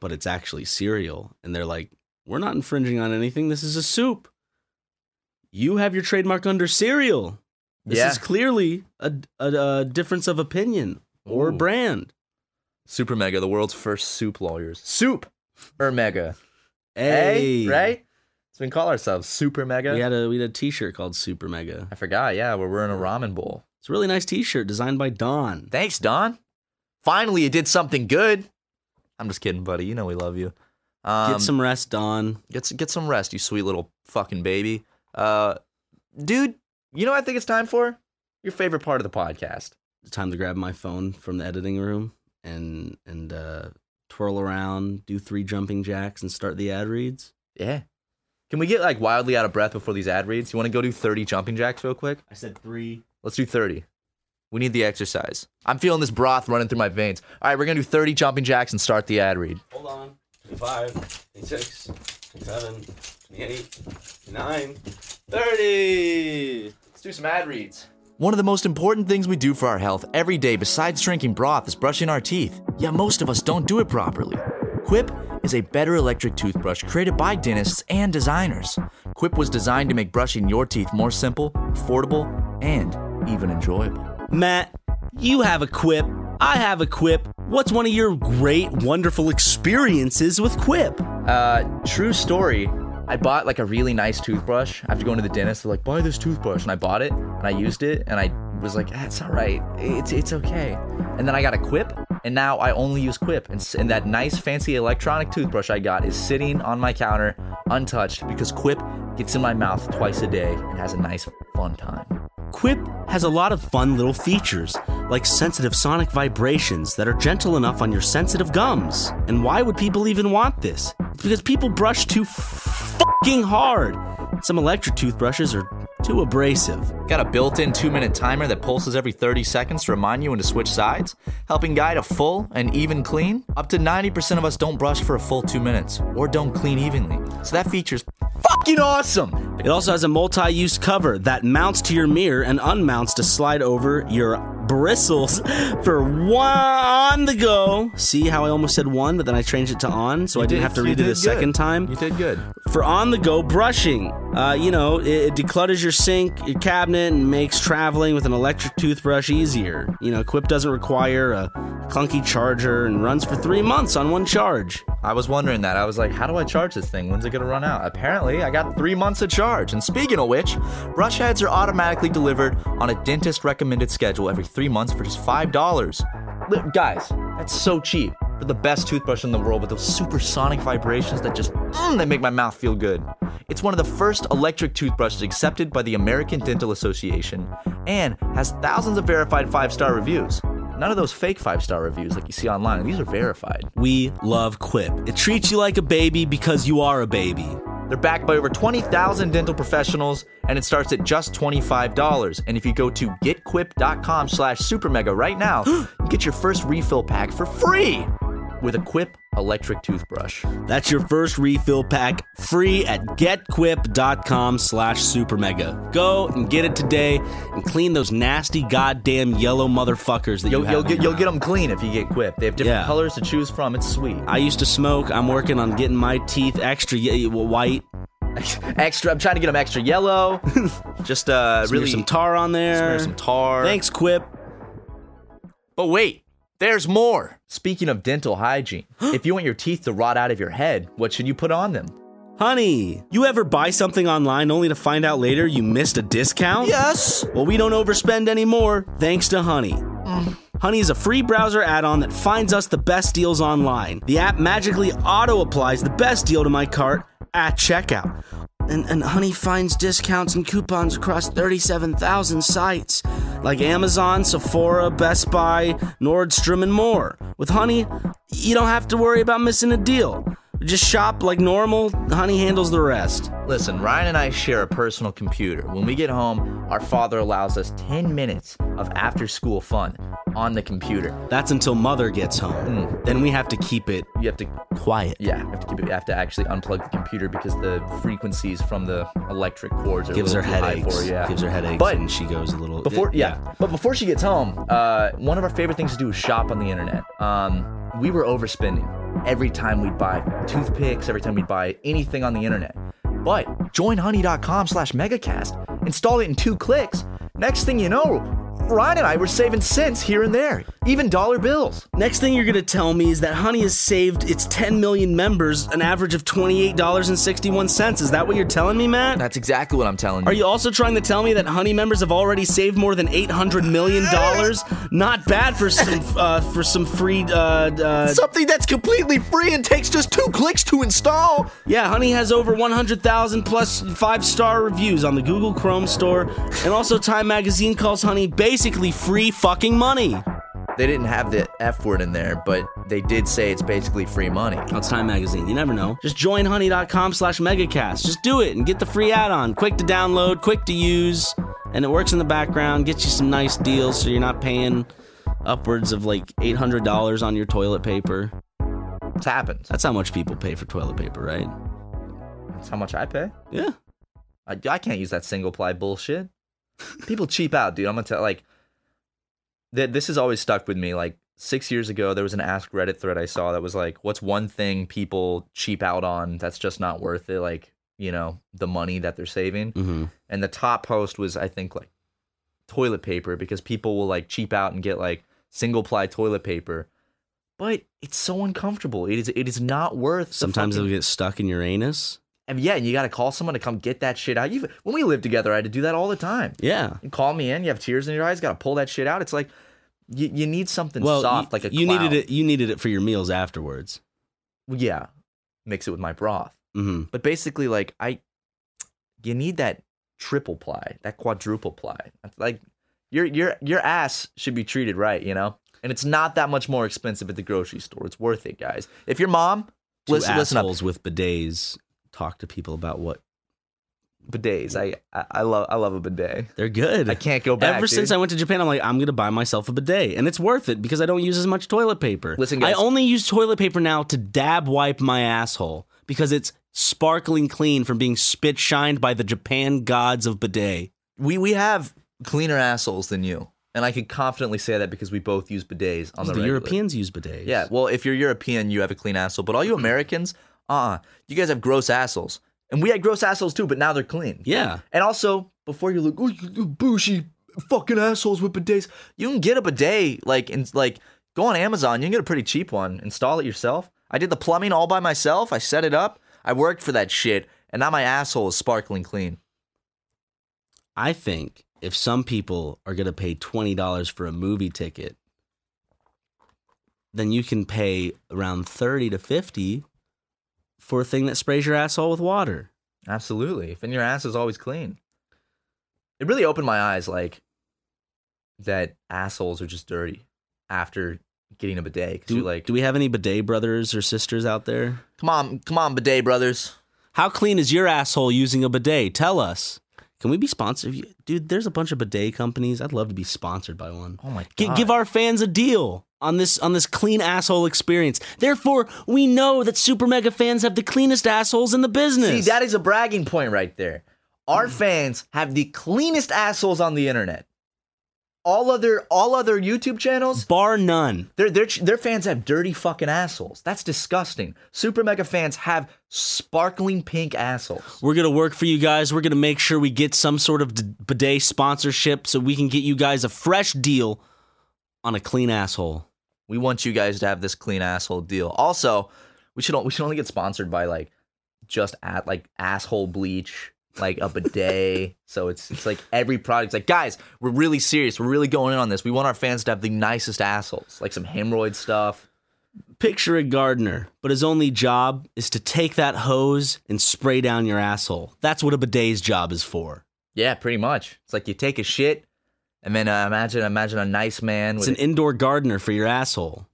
but it's actually cereal. And they're like, we're not infringing on anything. This is a soup. You have your trademark under cereal. This
Yeah.
is clearly a, a, a difference of opinion or
Ooh.
brand.
Super Mega, the world's first soup lawyers. Soup or Mega.
Hey,
Right? So we can call ourselves Super Mega.
We had a we had a T-shirt called Super Mega.
I forgot, yeah, we're wearing a ramen bowl.
It's a really nice T-shirt designed by Don.
Thanks, Don. Finally you did something good. I'm just kidding, buddy. You know we love you. Um,
Get some rest, Don.
get, s- get some rest, you sweet little fucking baby. Uh dude, you know what I think it's time for? Your favorite part of the podcast.
It's time to grab my phone from the editing room and and uh, twirl around, do three jumping jacks, and start the ad reads.
Yeah. Can we get like wildly out of breath before these ad reads? You want to go do 30 jumping jacks real quick?
I said three.
Let's do 30. We need the exercise. I'm feeling this broth running through my veins. All right, we're going to do 30 jumping jacks and start the ad read.
Hold on. 25, 26, 27, 28, 29, 30.
Let's do some ad reads.
One of the most important things we do for our health every day besides drinking broth is brushing our teeth. Yet most of us don't do it properly. Quip is a better electric toothbrush created by dentists and designers. Quip was designed to make brushing your teeth more simple, affordable, and even enjoyable.
Matt, you have a quip. I have a quip. What's one of your great, wonderful experiences with quip?
Uh, true story. I bought like a really nice toothbrush after going to the dentist. They're like, buy this toothbrush, and I bought it and I used it and I was like, that's all right, it's it's okay. And then I got a Quip, and now I only use Quip. And, s- and that nice fancy electronic toothbrush I got is sitting on my counter untouched because Quip gets in my mouth twice a day and has a nice fun time.
Quip has a lot of fun little features, like sensitive sonic vibrations that are gentle enough on your sensitive gums. And why would people even want this? It's because people brush too fucking hard. Some electric toothbrushes are too abrasive.
Got a built in two minute timer that pulses every 30 seconds to remind you when to switch sides, helping guide a full and even clean. Up to 90% of us don't brush for a full two minutes or don't clean evenly. So that feature's
Fucking awesome!
It also has a multi use cover that mounts to your mirror and unmounts to slide over your bristles for one on the go. See how I almost said one, but then I changed it to on, so I didn't have to read it a second time.
You did good.
for on the go brushing. Uh, you know, it, it declutters your sink, your cabinet, and makes traveling with an electric toothbrush easier. You know, Quip doesn't require a clunky charger and runs for three months on one charge.
I was wondering that. I was like, how do I charge this thing? When's it gonna run out? Apparently, I got three months of charge. And speaking of which, brush heads are automatically delivered on a dentist recommended schedule every three months for just $5. Li- Guys, that's so cheap. For the best toothbrush in the world with those supersonic vibrations that just, mm, they make my mouth feel good. It's one of the first electric toothbrushes accepted by the American Dental Association and has thousands of verified five star reviews. None of those fake five star reviews like you see online, these are verified.
We love Quip. It treats you like a baby because you are a baby.
They're backed by over 20,000 dental professionals, and it starts at just $25. And if you go to getquip.com slash supermega right now, you get your first refill pack for free with a Quip electric toothbrush.
That's your first refill pack free at getquip.com slash supermega. Go and get it today and clean those nasty goddamn yellow motherfuckers that you
You'll,
have
you'll,
in
get,
your
you'll get them clean if you get Quip. They have different
Yeah.
colors to choose from. It's sweet.
I used to smoke. I'm working on getting my teeth extra ye- white.
Extra, I'm trying to get them extra yellow. Just uh,
Smear
really
some tar on there.
smear some tar.
Thanks, Quip.
But wait, there's more!
Speaking of dental hygiene, if you want your teeth to rot out of your head, what should you put on them?
Honey, you ever buy something online only to find out later you missed a discount?
Yes!
Well, we don't overspend anymore thanks to Honey. Honey is a free browser add on that finds us the best deals online. The app magically auto applies the best deal to my cart at checkout. And, and Honey finds discounts and coupons across 37,000 sites like Amazon, Sephora, Best Buy, Nordstrom, and more. With Honey, you don't have to worry about missing a deal. Just shop like normal, Honey handles the rest.
Listen, Ryan and I share a personal computer. When we get home, our father allows us 10 minutes of after school fun on the computer.
That's until Mother gets home. Then we have to keep it
Hmm. You have to
quiet.
yeah, you have to keep it, you have to actually unplug the computer because the frequencies from the electric cords are a
gives her
little too high
headaches.
For, her, yeah.
Gives her headaches,
But-
and she goes a little
before
it-
yeah. but before she gets home uh, one of our favorite things to do is shop on the internet um, we were overspending every time we'd buy toothpicks every time we'd buy anything on the internet but join honey.com slash megacast install it in two clicks next thing you know Ryan and I were saving cents here and there, even dollar bills.
Next thing you're gonna tell me is that Honey has saved its 10 million members an average of $28.61. Is that what you're telling me, Matt?
That's exactly what I'm telling you.
Are you also trying to tell me that Honey members have already saved more than $800 million? Not bad for some uh, for some free. Uh, uh,
Something that's completely free and takes just two clicks to install.
yeah, Honey has over 100,000 plus five star reviews on the Google Chrome store, and also Time Magazine calls Honey basically free fucking money.
They didn't have the F word in there, but they did say it's basically free money.
Oh, it's Time Magazine. You never know. Just join honey.com slash megacast. Just do it and get the free add-on. Quick to download, quick to use, and it works in the background, gets you some nice deals so you're not paying upwards of like $800 on your toilet paper.
It's happened.
That's how much people pay for toilet paper, right?
That's how much I pay.
Yeah.
I, I can't use that single ply bullshit. People cheap out, dude. I'm gonna tell like that. This has always stuck with me. Like six years ago, there was an Ask Reddit thread I saw that was like, "What's one thing people cheap out on that's just not worth it?" Like you know, the money that they're saving.
Mm-hmm.
And the top post was, I think, like toilet paper because people will like cheap out and get like single ply toilet paper. But it's so uncomfortable. It is. It is not worth. the
Sometimes
fucking-
it'll get stuck in your anus.
and yeah, and you got to call someone to come get that shit out. You when we lived together, I had to do that all the time.
Yeah.
You call me in, you have tears in your eyes, got to pull that shit out. It's like you, you need something soft,
y-
like a
you
cloud.
needed it. You needed it for your meals afterwards.
Yeah, mix it with my broth.
Mm-hmm.
But basically, like I, you need that triple ply, that quadruple ply. That's Like your your your ass should be treated right, you know. And it's not that much more expensive at the grocery store. It's worth it, guys. If your mom,
Two
listen, listen up.
assholes with bidets talk to people about what
Bidets, I, I I love I love a bidet.
they're good.
I can't go back.
Ever since
dude.
I went to Japan, I'm like, I'm gonna buy myself a bidet, and it's worth it because I don't use as much toilet paper.
Listen,
I
guys-
only use toilet paper now to dab wipe my asshole because it's sparkling clean from being spit shined by the Japan gods of bidet.
we we have cleaner assholes than you, and I can confidently say that because we both use bidets on
the
the, regular.
Europeans use bidets. Mm-hmm.
Yeah, well, if you're European, you have a clean asshole, but all you Americans, uh, uh you guys have gross assholes, and we had gross assholes too, but now they're clean.
yeah.
And also, before you're like, oh, you, you bougie fucking assholes with bidets, you can get a bidet, like, and like, go on Amazon, you can get a pretty cheap one, install it yourself. I did the plumbing all by myself, I set it up, I worked for that shit, and now my asshole is sparkling clean.
I think if some people are gonna pay twenty dollars for a movie ticket, then you can pay around thirty to fifty for a thing that sprays your asshole with water.
Absolutely. And your ass is always clean. It really opened my eyes, like, that assholes are just dirty after getting a bidet. 'Cause
Do,
you're like,
do we have any bidet brothers or sisters out there?
come on, come on, bidet brothers.
How clean is your asshole using a bidet? Tell us. Can we be sponsored? You- Dude, there's a bunch of bidet companies. I'd love to be sponsored by one.
Oh my
G-
God.
give our fans a deal on this on this clean asshole experience. Therefore, we know that super mega fans have the cleanest assholes in the
See,
business.
that is a bragging point right there. Our fans have the cleanest assholes on the internet. All other all other YouTube channels,
Bar none.
Their, their, their fans have dirty fucking assholes. That's disgusting. Super Mega fans have sparkling pink assholes.
We're gonna work for you guys. We're gonna make sure we get some sort of d- bidet sponsorship so we can get you guys a fresh deal on a clean asshole.
We want you guys to have this clean asshole deal. Also, we should o- we should only get sponsored by like just at like asshole bleach, like a bidet. so it's it's like every product's like guys, we're really serious. We're really going in on this. We want our fans to have the nicest assholes, like some hemorrhoid stuff.
Picture a gardener, but his only job is to take that hose and spray down your asshole. That's what a bidet's job is for.
Yeah, pretty much. It's like you take a shit, and then uh, imagine imagine a nice man
It's
with
an indoor gardener for your asshole.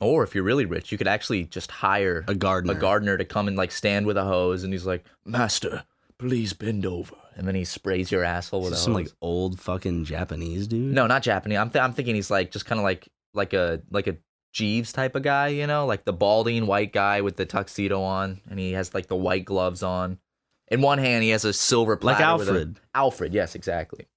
Or if you're really rich, you could actually just hire
A
a,
gardener.
gardener to come and like stand with a hose, and he's like, "Master, please bend over," and then he sprays your asshole
Is
with a
this
hose.
some like old fucking Japanese dude.
no, not Japanese. I'm th- I'm thinking he's like just kind of like like a like a Jeeves type of guy, you know, like the balding white guy with the tuxedo on, and he has like the white gloves on. In one hand, he has a silver
Like
platter with a-
Alfred.
Alfred, yes, exactly.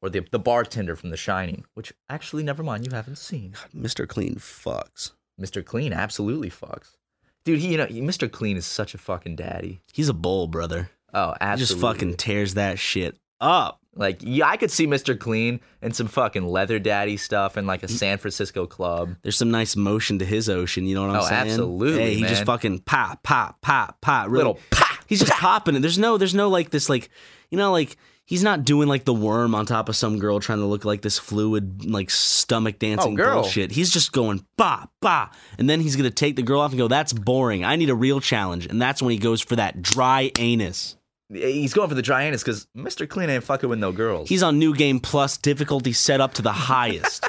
Or the the bartender from The Shining, which actually, never mind, you haven't seen.
Mr. Clean fucks.
Mr. Clean absolutely fucks. Dude, he you know Mr. Clean is such a fucking daddy.
He's a bull, brother.
Oh,
He
absolutely.
just fucking tears that shit up.
Like, yeah, I could see Mr. Clean and some fucking leather daddy stuff and
Mm.
like a San Francisco club.
There's some nice motion to his ocean. You know what I'm
Oh,
saying?
absolutely,
Hey, he just
man.
fucking pop, pop, pop, pop. Really,
Little pop,
He's just popping it. There's no, there's no like this, like you know, like he's not doing like the worm on top of some girl trying to look like this fluid, like stomach dancing
Oh, girl.
bullshit. He's just going ba ba, and then he's gonna take the girl off and go, "That's boring. I need a real challenge." And that's when he goes for that dry anus.
He's going for the dry anus because Mr. Clean ain't fucking with no girls.
He's on New Game Plus, difficulty set up to the highest.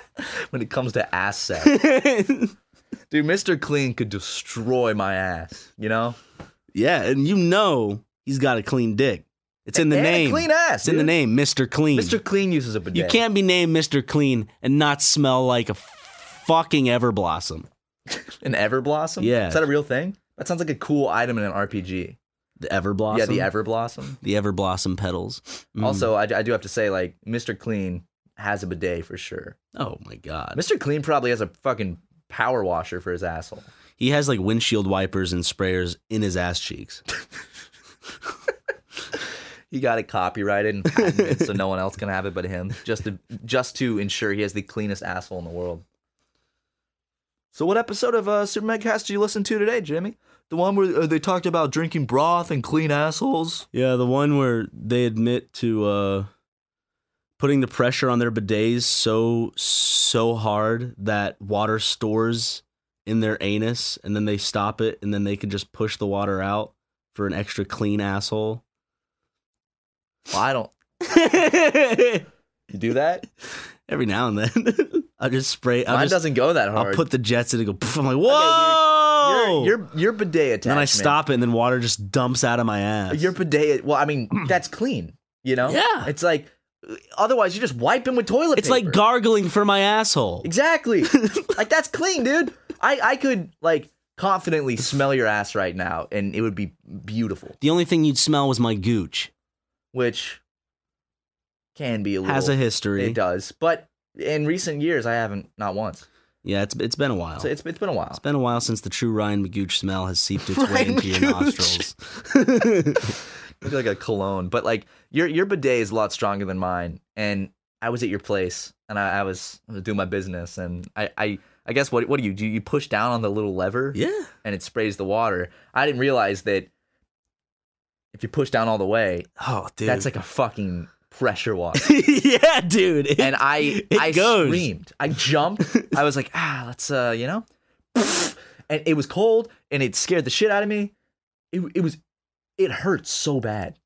when it comes to ass sex. Dude, Mr. Clean could destroy my ass, you know?
yeah, and you know he's got a clean dick. It's in the
And a
name.
clean ass,
It's in the
dude.
name, Mr. Clean.
Mr. Clean uses a bidet.
You can't be named Mr. Clean and not smell like a fucking Everblossom.
An Everblossom?
Yeah.
Is that a real thing? That sounds like a cool item in an RPG.
The Everblossom?
Yeah, the Everblossom.
the Everblossom petals. Mm.
Also, I, I do have to say, like, Mr. Clean has a bidet for sure.
oh my god.
Mr. Clean probably has a fucking power washer for his asshole.
He has like windshield wipers and sprayers in his ass cheeks.
He got it copyrighted and patented, so no one else can have it but him, just to just to ensure he has the cleanest asshole in the world. So, what episode of uh, Super Megacast did you listen to today, Jimmy?
The one where uh, they talked about drinking broth and clean assholes.
Yeah, the one where they admit to uh, putting the pressure on their bidets so so hard that water stores in their anus, and then they stop it, and then they can just push the water out for an extra clean asshole.
Well, I don't. You do that?
Every now and then, I just spray. I
Mine
just,
doesn't go that hard.
I'll put the jets in and go. Poof, I'm like, whoa!
your, your your bidet attachment.
and then I stop it, and then water just dumps out of my ass.
Your bidet. Well, I mean, that's clean. You know.
Yeah.
It's like otherwise you're just wiping with toilet.
it's like
paper.
gargling for my asshole.
Exactly. like that's clean, dude. I I could like confidently smell your ass right now, and it would be beautiful.
The only thing you'd smell was my gooch.
Which can be a little.
Has a history.
It does, but in recent years, I haven't not once.
Yeah, it's it's been a while.
So it's it's been a while.
it's been a while since the true Ryan McGooch smell has seeped its way into your nostrils.
Look like a cologne, but like your your bidet is a lot stronger than mine. And I was at your place, and I, I was I was doing my business, and I I, I guess what what do you do? You push down on the little lever,
Yeah.
and it sprays the water. I didn't realize that if you push down all the way,
Oh, dude.
that's like a fucking pressure washer.
yeah, dude. It-
and I
it
I
goes.
screamed. I jumped. I was like, ah, let's uh, you know. And it was cold and it scared the shit out of me. It it was it hurt so bad.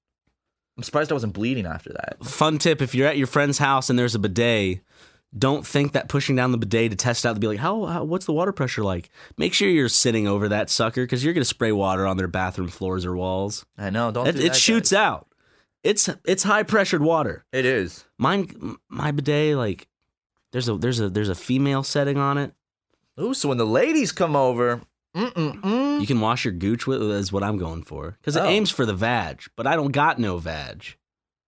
I'm surprised I wasn't bleeding after that.
Fun tip: if you're at your friend's house and there's a bidet, don't think that pushing down the bidet to test out to be like, how, how what's the water pressure like? Make sure you're sitting over that sucker because you're gonna spray water on their bathroom floors or walls.
I know, don't
It,
do
it
that,
shoots
guys.
out. It's it's high pressured water.
It is.
Mine my bidet like there's a there's a there's a female setting on it.
Ooh, so when the ladies come over, mm mm mm.
You can wash your gooch with is what I'm going for because it
Oh.
aims for the vag, but I don't got no vag.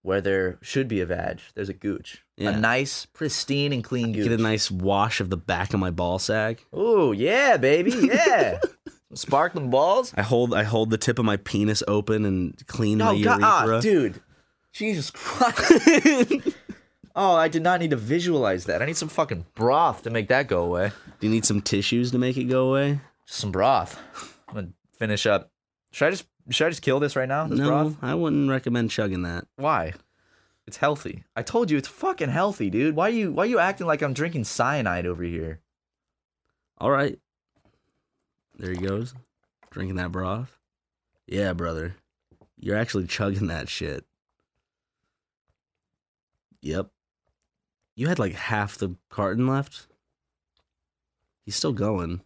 Where there should be a vag, there's a gooch.
Yeah.
A nice, pristine and clean gooch.
Get a nice wash of the back of my ball sack.
Ooh, yeah, baby. Yeah. Some sparkling balls.
I hold I hold the tip of my penis open and clean my
Oh God,
urethra.
ah, dude. Jesus Christ. oh, I did not need to visualize that. I need some fucking broth to make that go away.
Do you need some tissues to make it go away?
Just some broth. I'm gonna finish up. Should I just should I just kill this right now? This
no,
broth?
I wouldn't recommend chugging that.
Why? It's healthy. I told you it's fucking healthy, dude. Why you why you acting like I'm drinking cyanide over here?
All right, there he goes, drinking that broth. Yeah, brother, you're actually chugging that shit. Yep. You had like half the carton left. He's still going.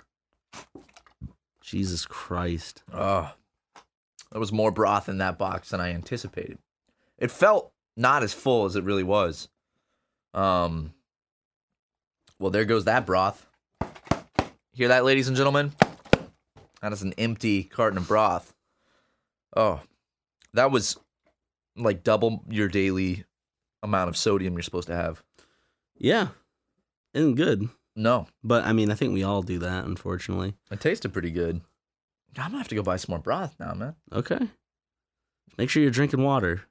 Jesus Christ.
Ugh. There was more broth in that box than I anticipated. It felt not as full as it really was. Um Well, there goes that broth. Hear that, ladies and gentlemen? That is an empty carton of broth. Oh. That was like double your daily amount of sodium you're supposed to have.
Yeah. Isn't good.
No.
But I mean, I think we all do that, unfortunately.
It tasted pretty good. I'm gonna have to go buy some more broth now, man.
Okay. Make sure you're drinking water.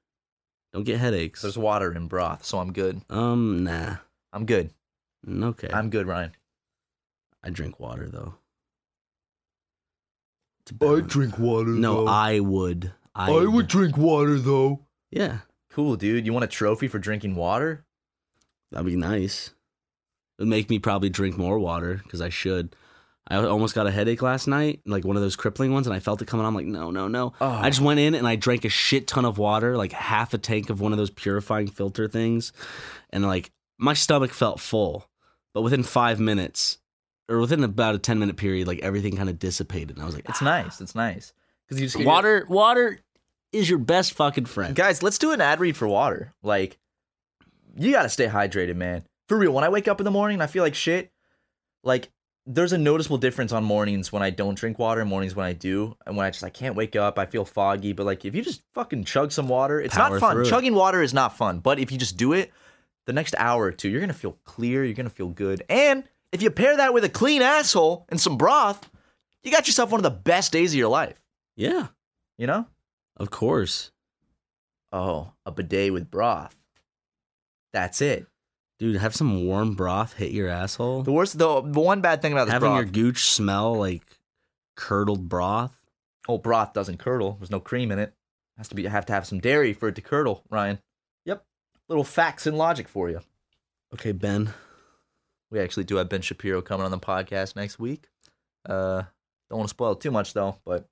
Don't get headaches.
There's water in broth, so I'm good.
Um, nah.
I'm good.
Okay.
I'm good, Ryan.
I drink water though. To balance.
drink water.
No, I would. I,
drink water though.
Yeah,
Cool, dude. You want a trophy for drinking water?
that'd be nice. It'd make me probably drink more water because I should. I almost got a headache last night, like one of those crippling ones, and I felt it coming. I'm like, no, no, no.
Oh,
I just went in and I drank a shit ton of water, like half a tank of one of those purifying filter things. And like my stomach felt full. But within five minutes, or within about a 10 minute period, like everything kind of dissipated. And I was like,
It's
"Ah."
nice. It's nice because you just get your-
Water, water is your best fucking friend.
Guys, let's do an ad read for water. Like, you gotta stay hydrated, man. For real. When I wake up in the morning and I feel like shit, like there's a noticeable difference on mornings when I don't drink water and mornings when I do. And when I just I can't wake up, I feel foggy. But like if you just fucking chug some water, it's
Power
not fun.
through it.
Chugging water is not fun. But if you just do it the next hour or two, you're gonna feel clear, you're gonna feel good. And if you pair that with a clean asshole and some broth, you got yourself one of the best days of your life.
Yeah,
You know?
of course.
Oh, a bidet with broth. That's it.
Dude, have some warm broth hit your asshole.
The worst, the, the one bad thing about this
Having
broth.
your gooch smell like curdled broth.
oh, broth doesn't curdle. There's no cream in it. Has to be. Have to have some dairy for it to curdle, Ryan. Yep. Little facts and logic for you.
Okay, Ben.
We actually do have Ben Shapiro coming on the podcast next week. Uh, don't want to spoil too much though, but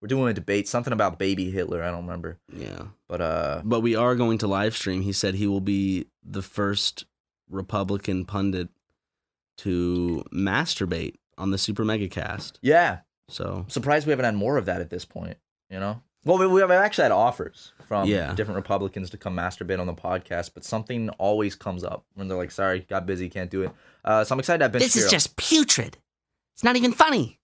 we're doing a debate, something about baby Hitler. I don't remember,
Yeah.
but uh,
But we are going to live stream. He said he will be the first Republican pundit to masturbate on the Super Mega Cast.
yeah,
So
I'm surprised we haven't had more of that at this point. You know, well, we, we've actually had offers from
Yeah.
different Republicans to come masturbate on the podcast, but something always comes up when they're like, "Sorry, got busy, can't do it." Uh, so I'm excited to have Ben.
This is
Shapiro.
just putrid. It's not even funny.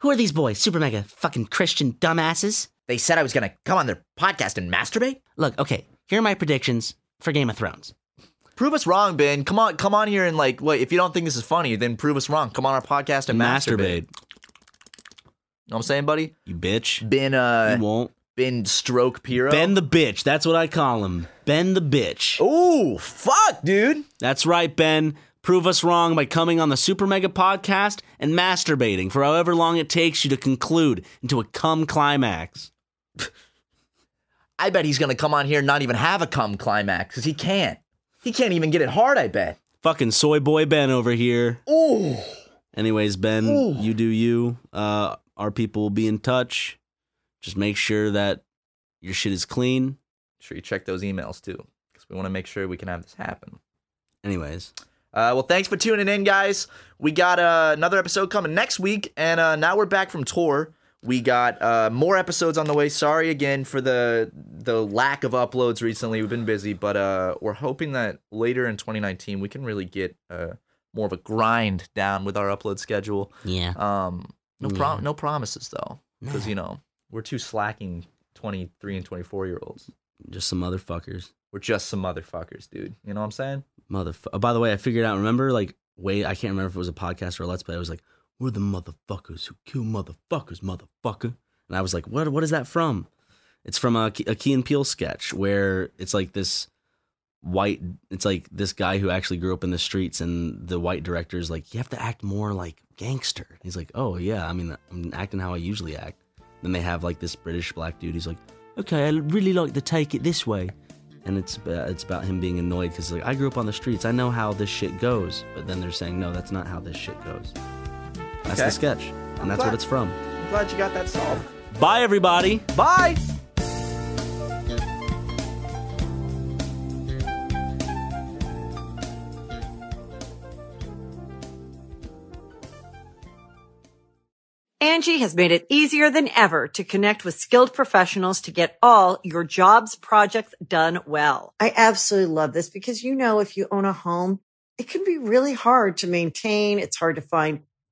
Who are these boys? Super mega fucking Christian dumbasses?
They said I was gonna come on their podcast and masturbate.
Look, okay, here are my predictions for Game of Thrones.
Prove us wrong, Ben. Come on, come on here and like, wait. If you don't think this is funny, then prove us wrong. Come on our podcast
to
and masturbate.
masturbate,
You know what I'm saying, buddy?
you bitch.
Ben, uh,
you won't.
Ben Stroke Piro.
Ben the bitch. That's what I call him. Ben the bitch.
Oh. Ooh, fuck, dude.
That's right, Ben. Prove us wrong by coming on the Super Mega Podcast and masturbating for however long it takes you to conclude into a cum climax.
I bet he's gonna come on here and not even have a cum climax because he can't. He can't even get it hard. I bet.
Fucking soy boy Ben over here.
Ooh.
Anyways, Ben, you do you. Uh, our people will be in touch. Just make sure that your shit is clean.
sure you check those emails too because we want to make sure we can have this happen
Anyways,
uh, well thanks for tuning in guys we got uh, another episode coming next week and uh, now we're back from tour we got uh, more episodes on the way sorry again for the the lack of uploads recently we've been busy but uh, we're hoping that later in 2019 we can really get uh, more of a grind down with our upload schedule
Yeah.
um, no, prom-
Yeah.
no promises though because you know we're two slacking 23 and 24 year olds
just some motherfuckers.
we're just some motherfuckers, dude. You know what I'm saying?
Motherf- oh, by the way, I figured out, remember, like, way, I can't remember if it was a podcast or a Let's Play. I was like, we're the motherfuckers who kill motherfuckers, motherfucker. And I was like, what, what is that from? It's from a, Ke- a Key and Peele sketch where it's like this white, it's like this guy who actually grew up in the streets and the white director is like, you have to act more like gangster. And he's like, oh, yeah, I mean, I'm acting how I usually act. Then they have like this British black dude. He's like, okay, I really like to take it this way and it's about, it's about him being annoyed because like I grew up on the streets, I know how this shit goes. But then they're saying no, that's not how this shit goes. That's
Okay.
the sketch, and that's
glad-
what it's from.
I'm glad you got that solved.
Bye, everybody.
Bye!
Angie has made it easier than ever to connect with skilled professionals to get all your jobs projects done well. I absolutely love this because, you know, if you own a home, it can be really hard to maintain. It's hard to find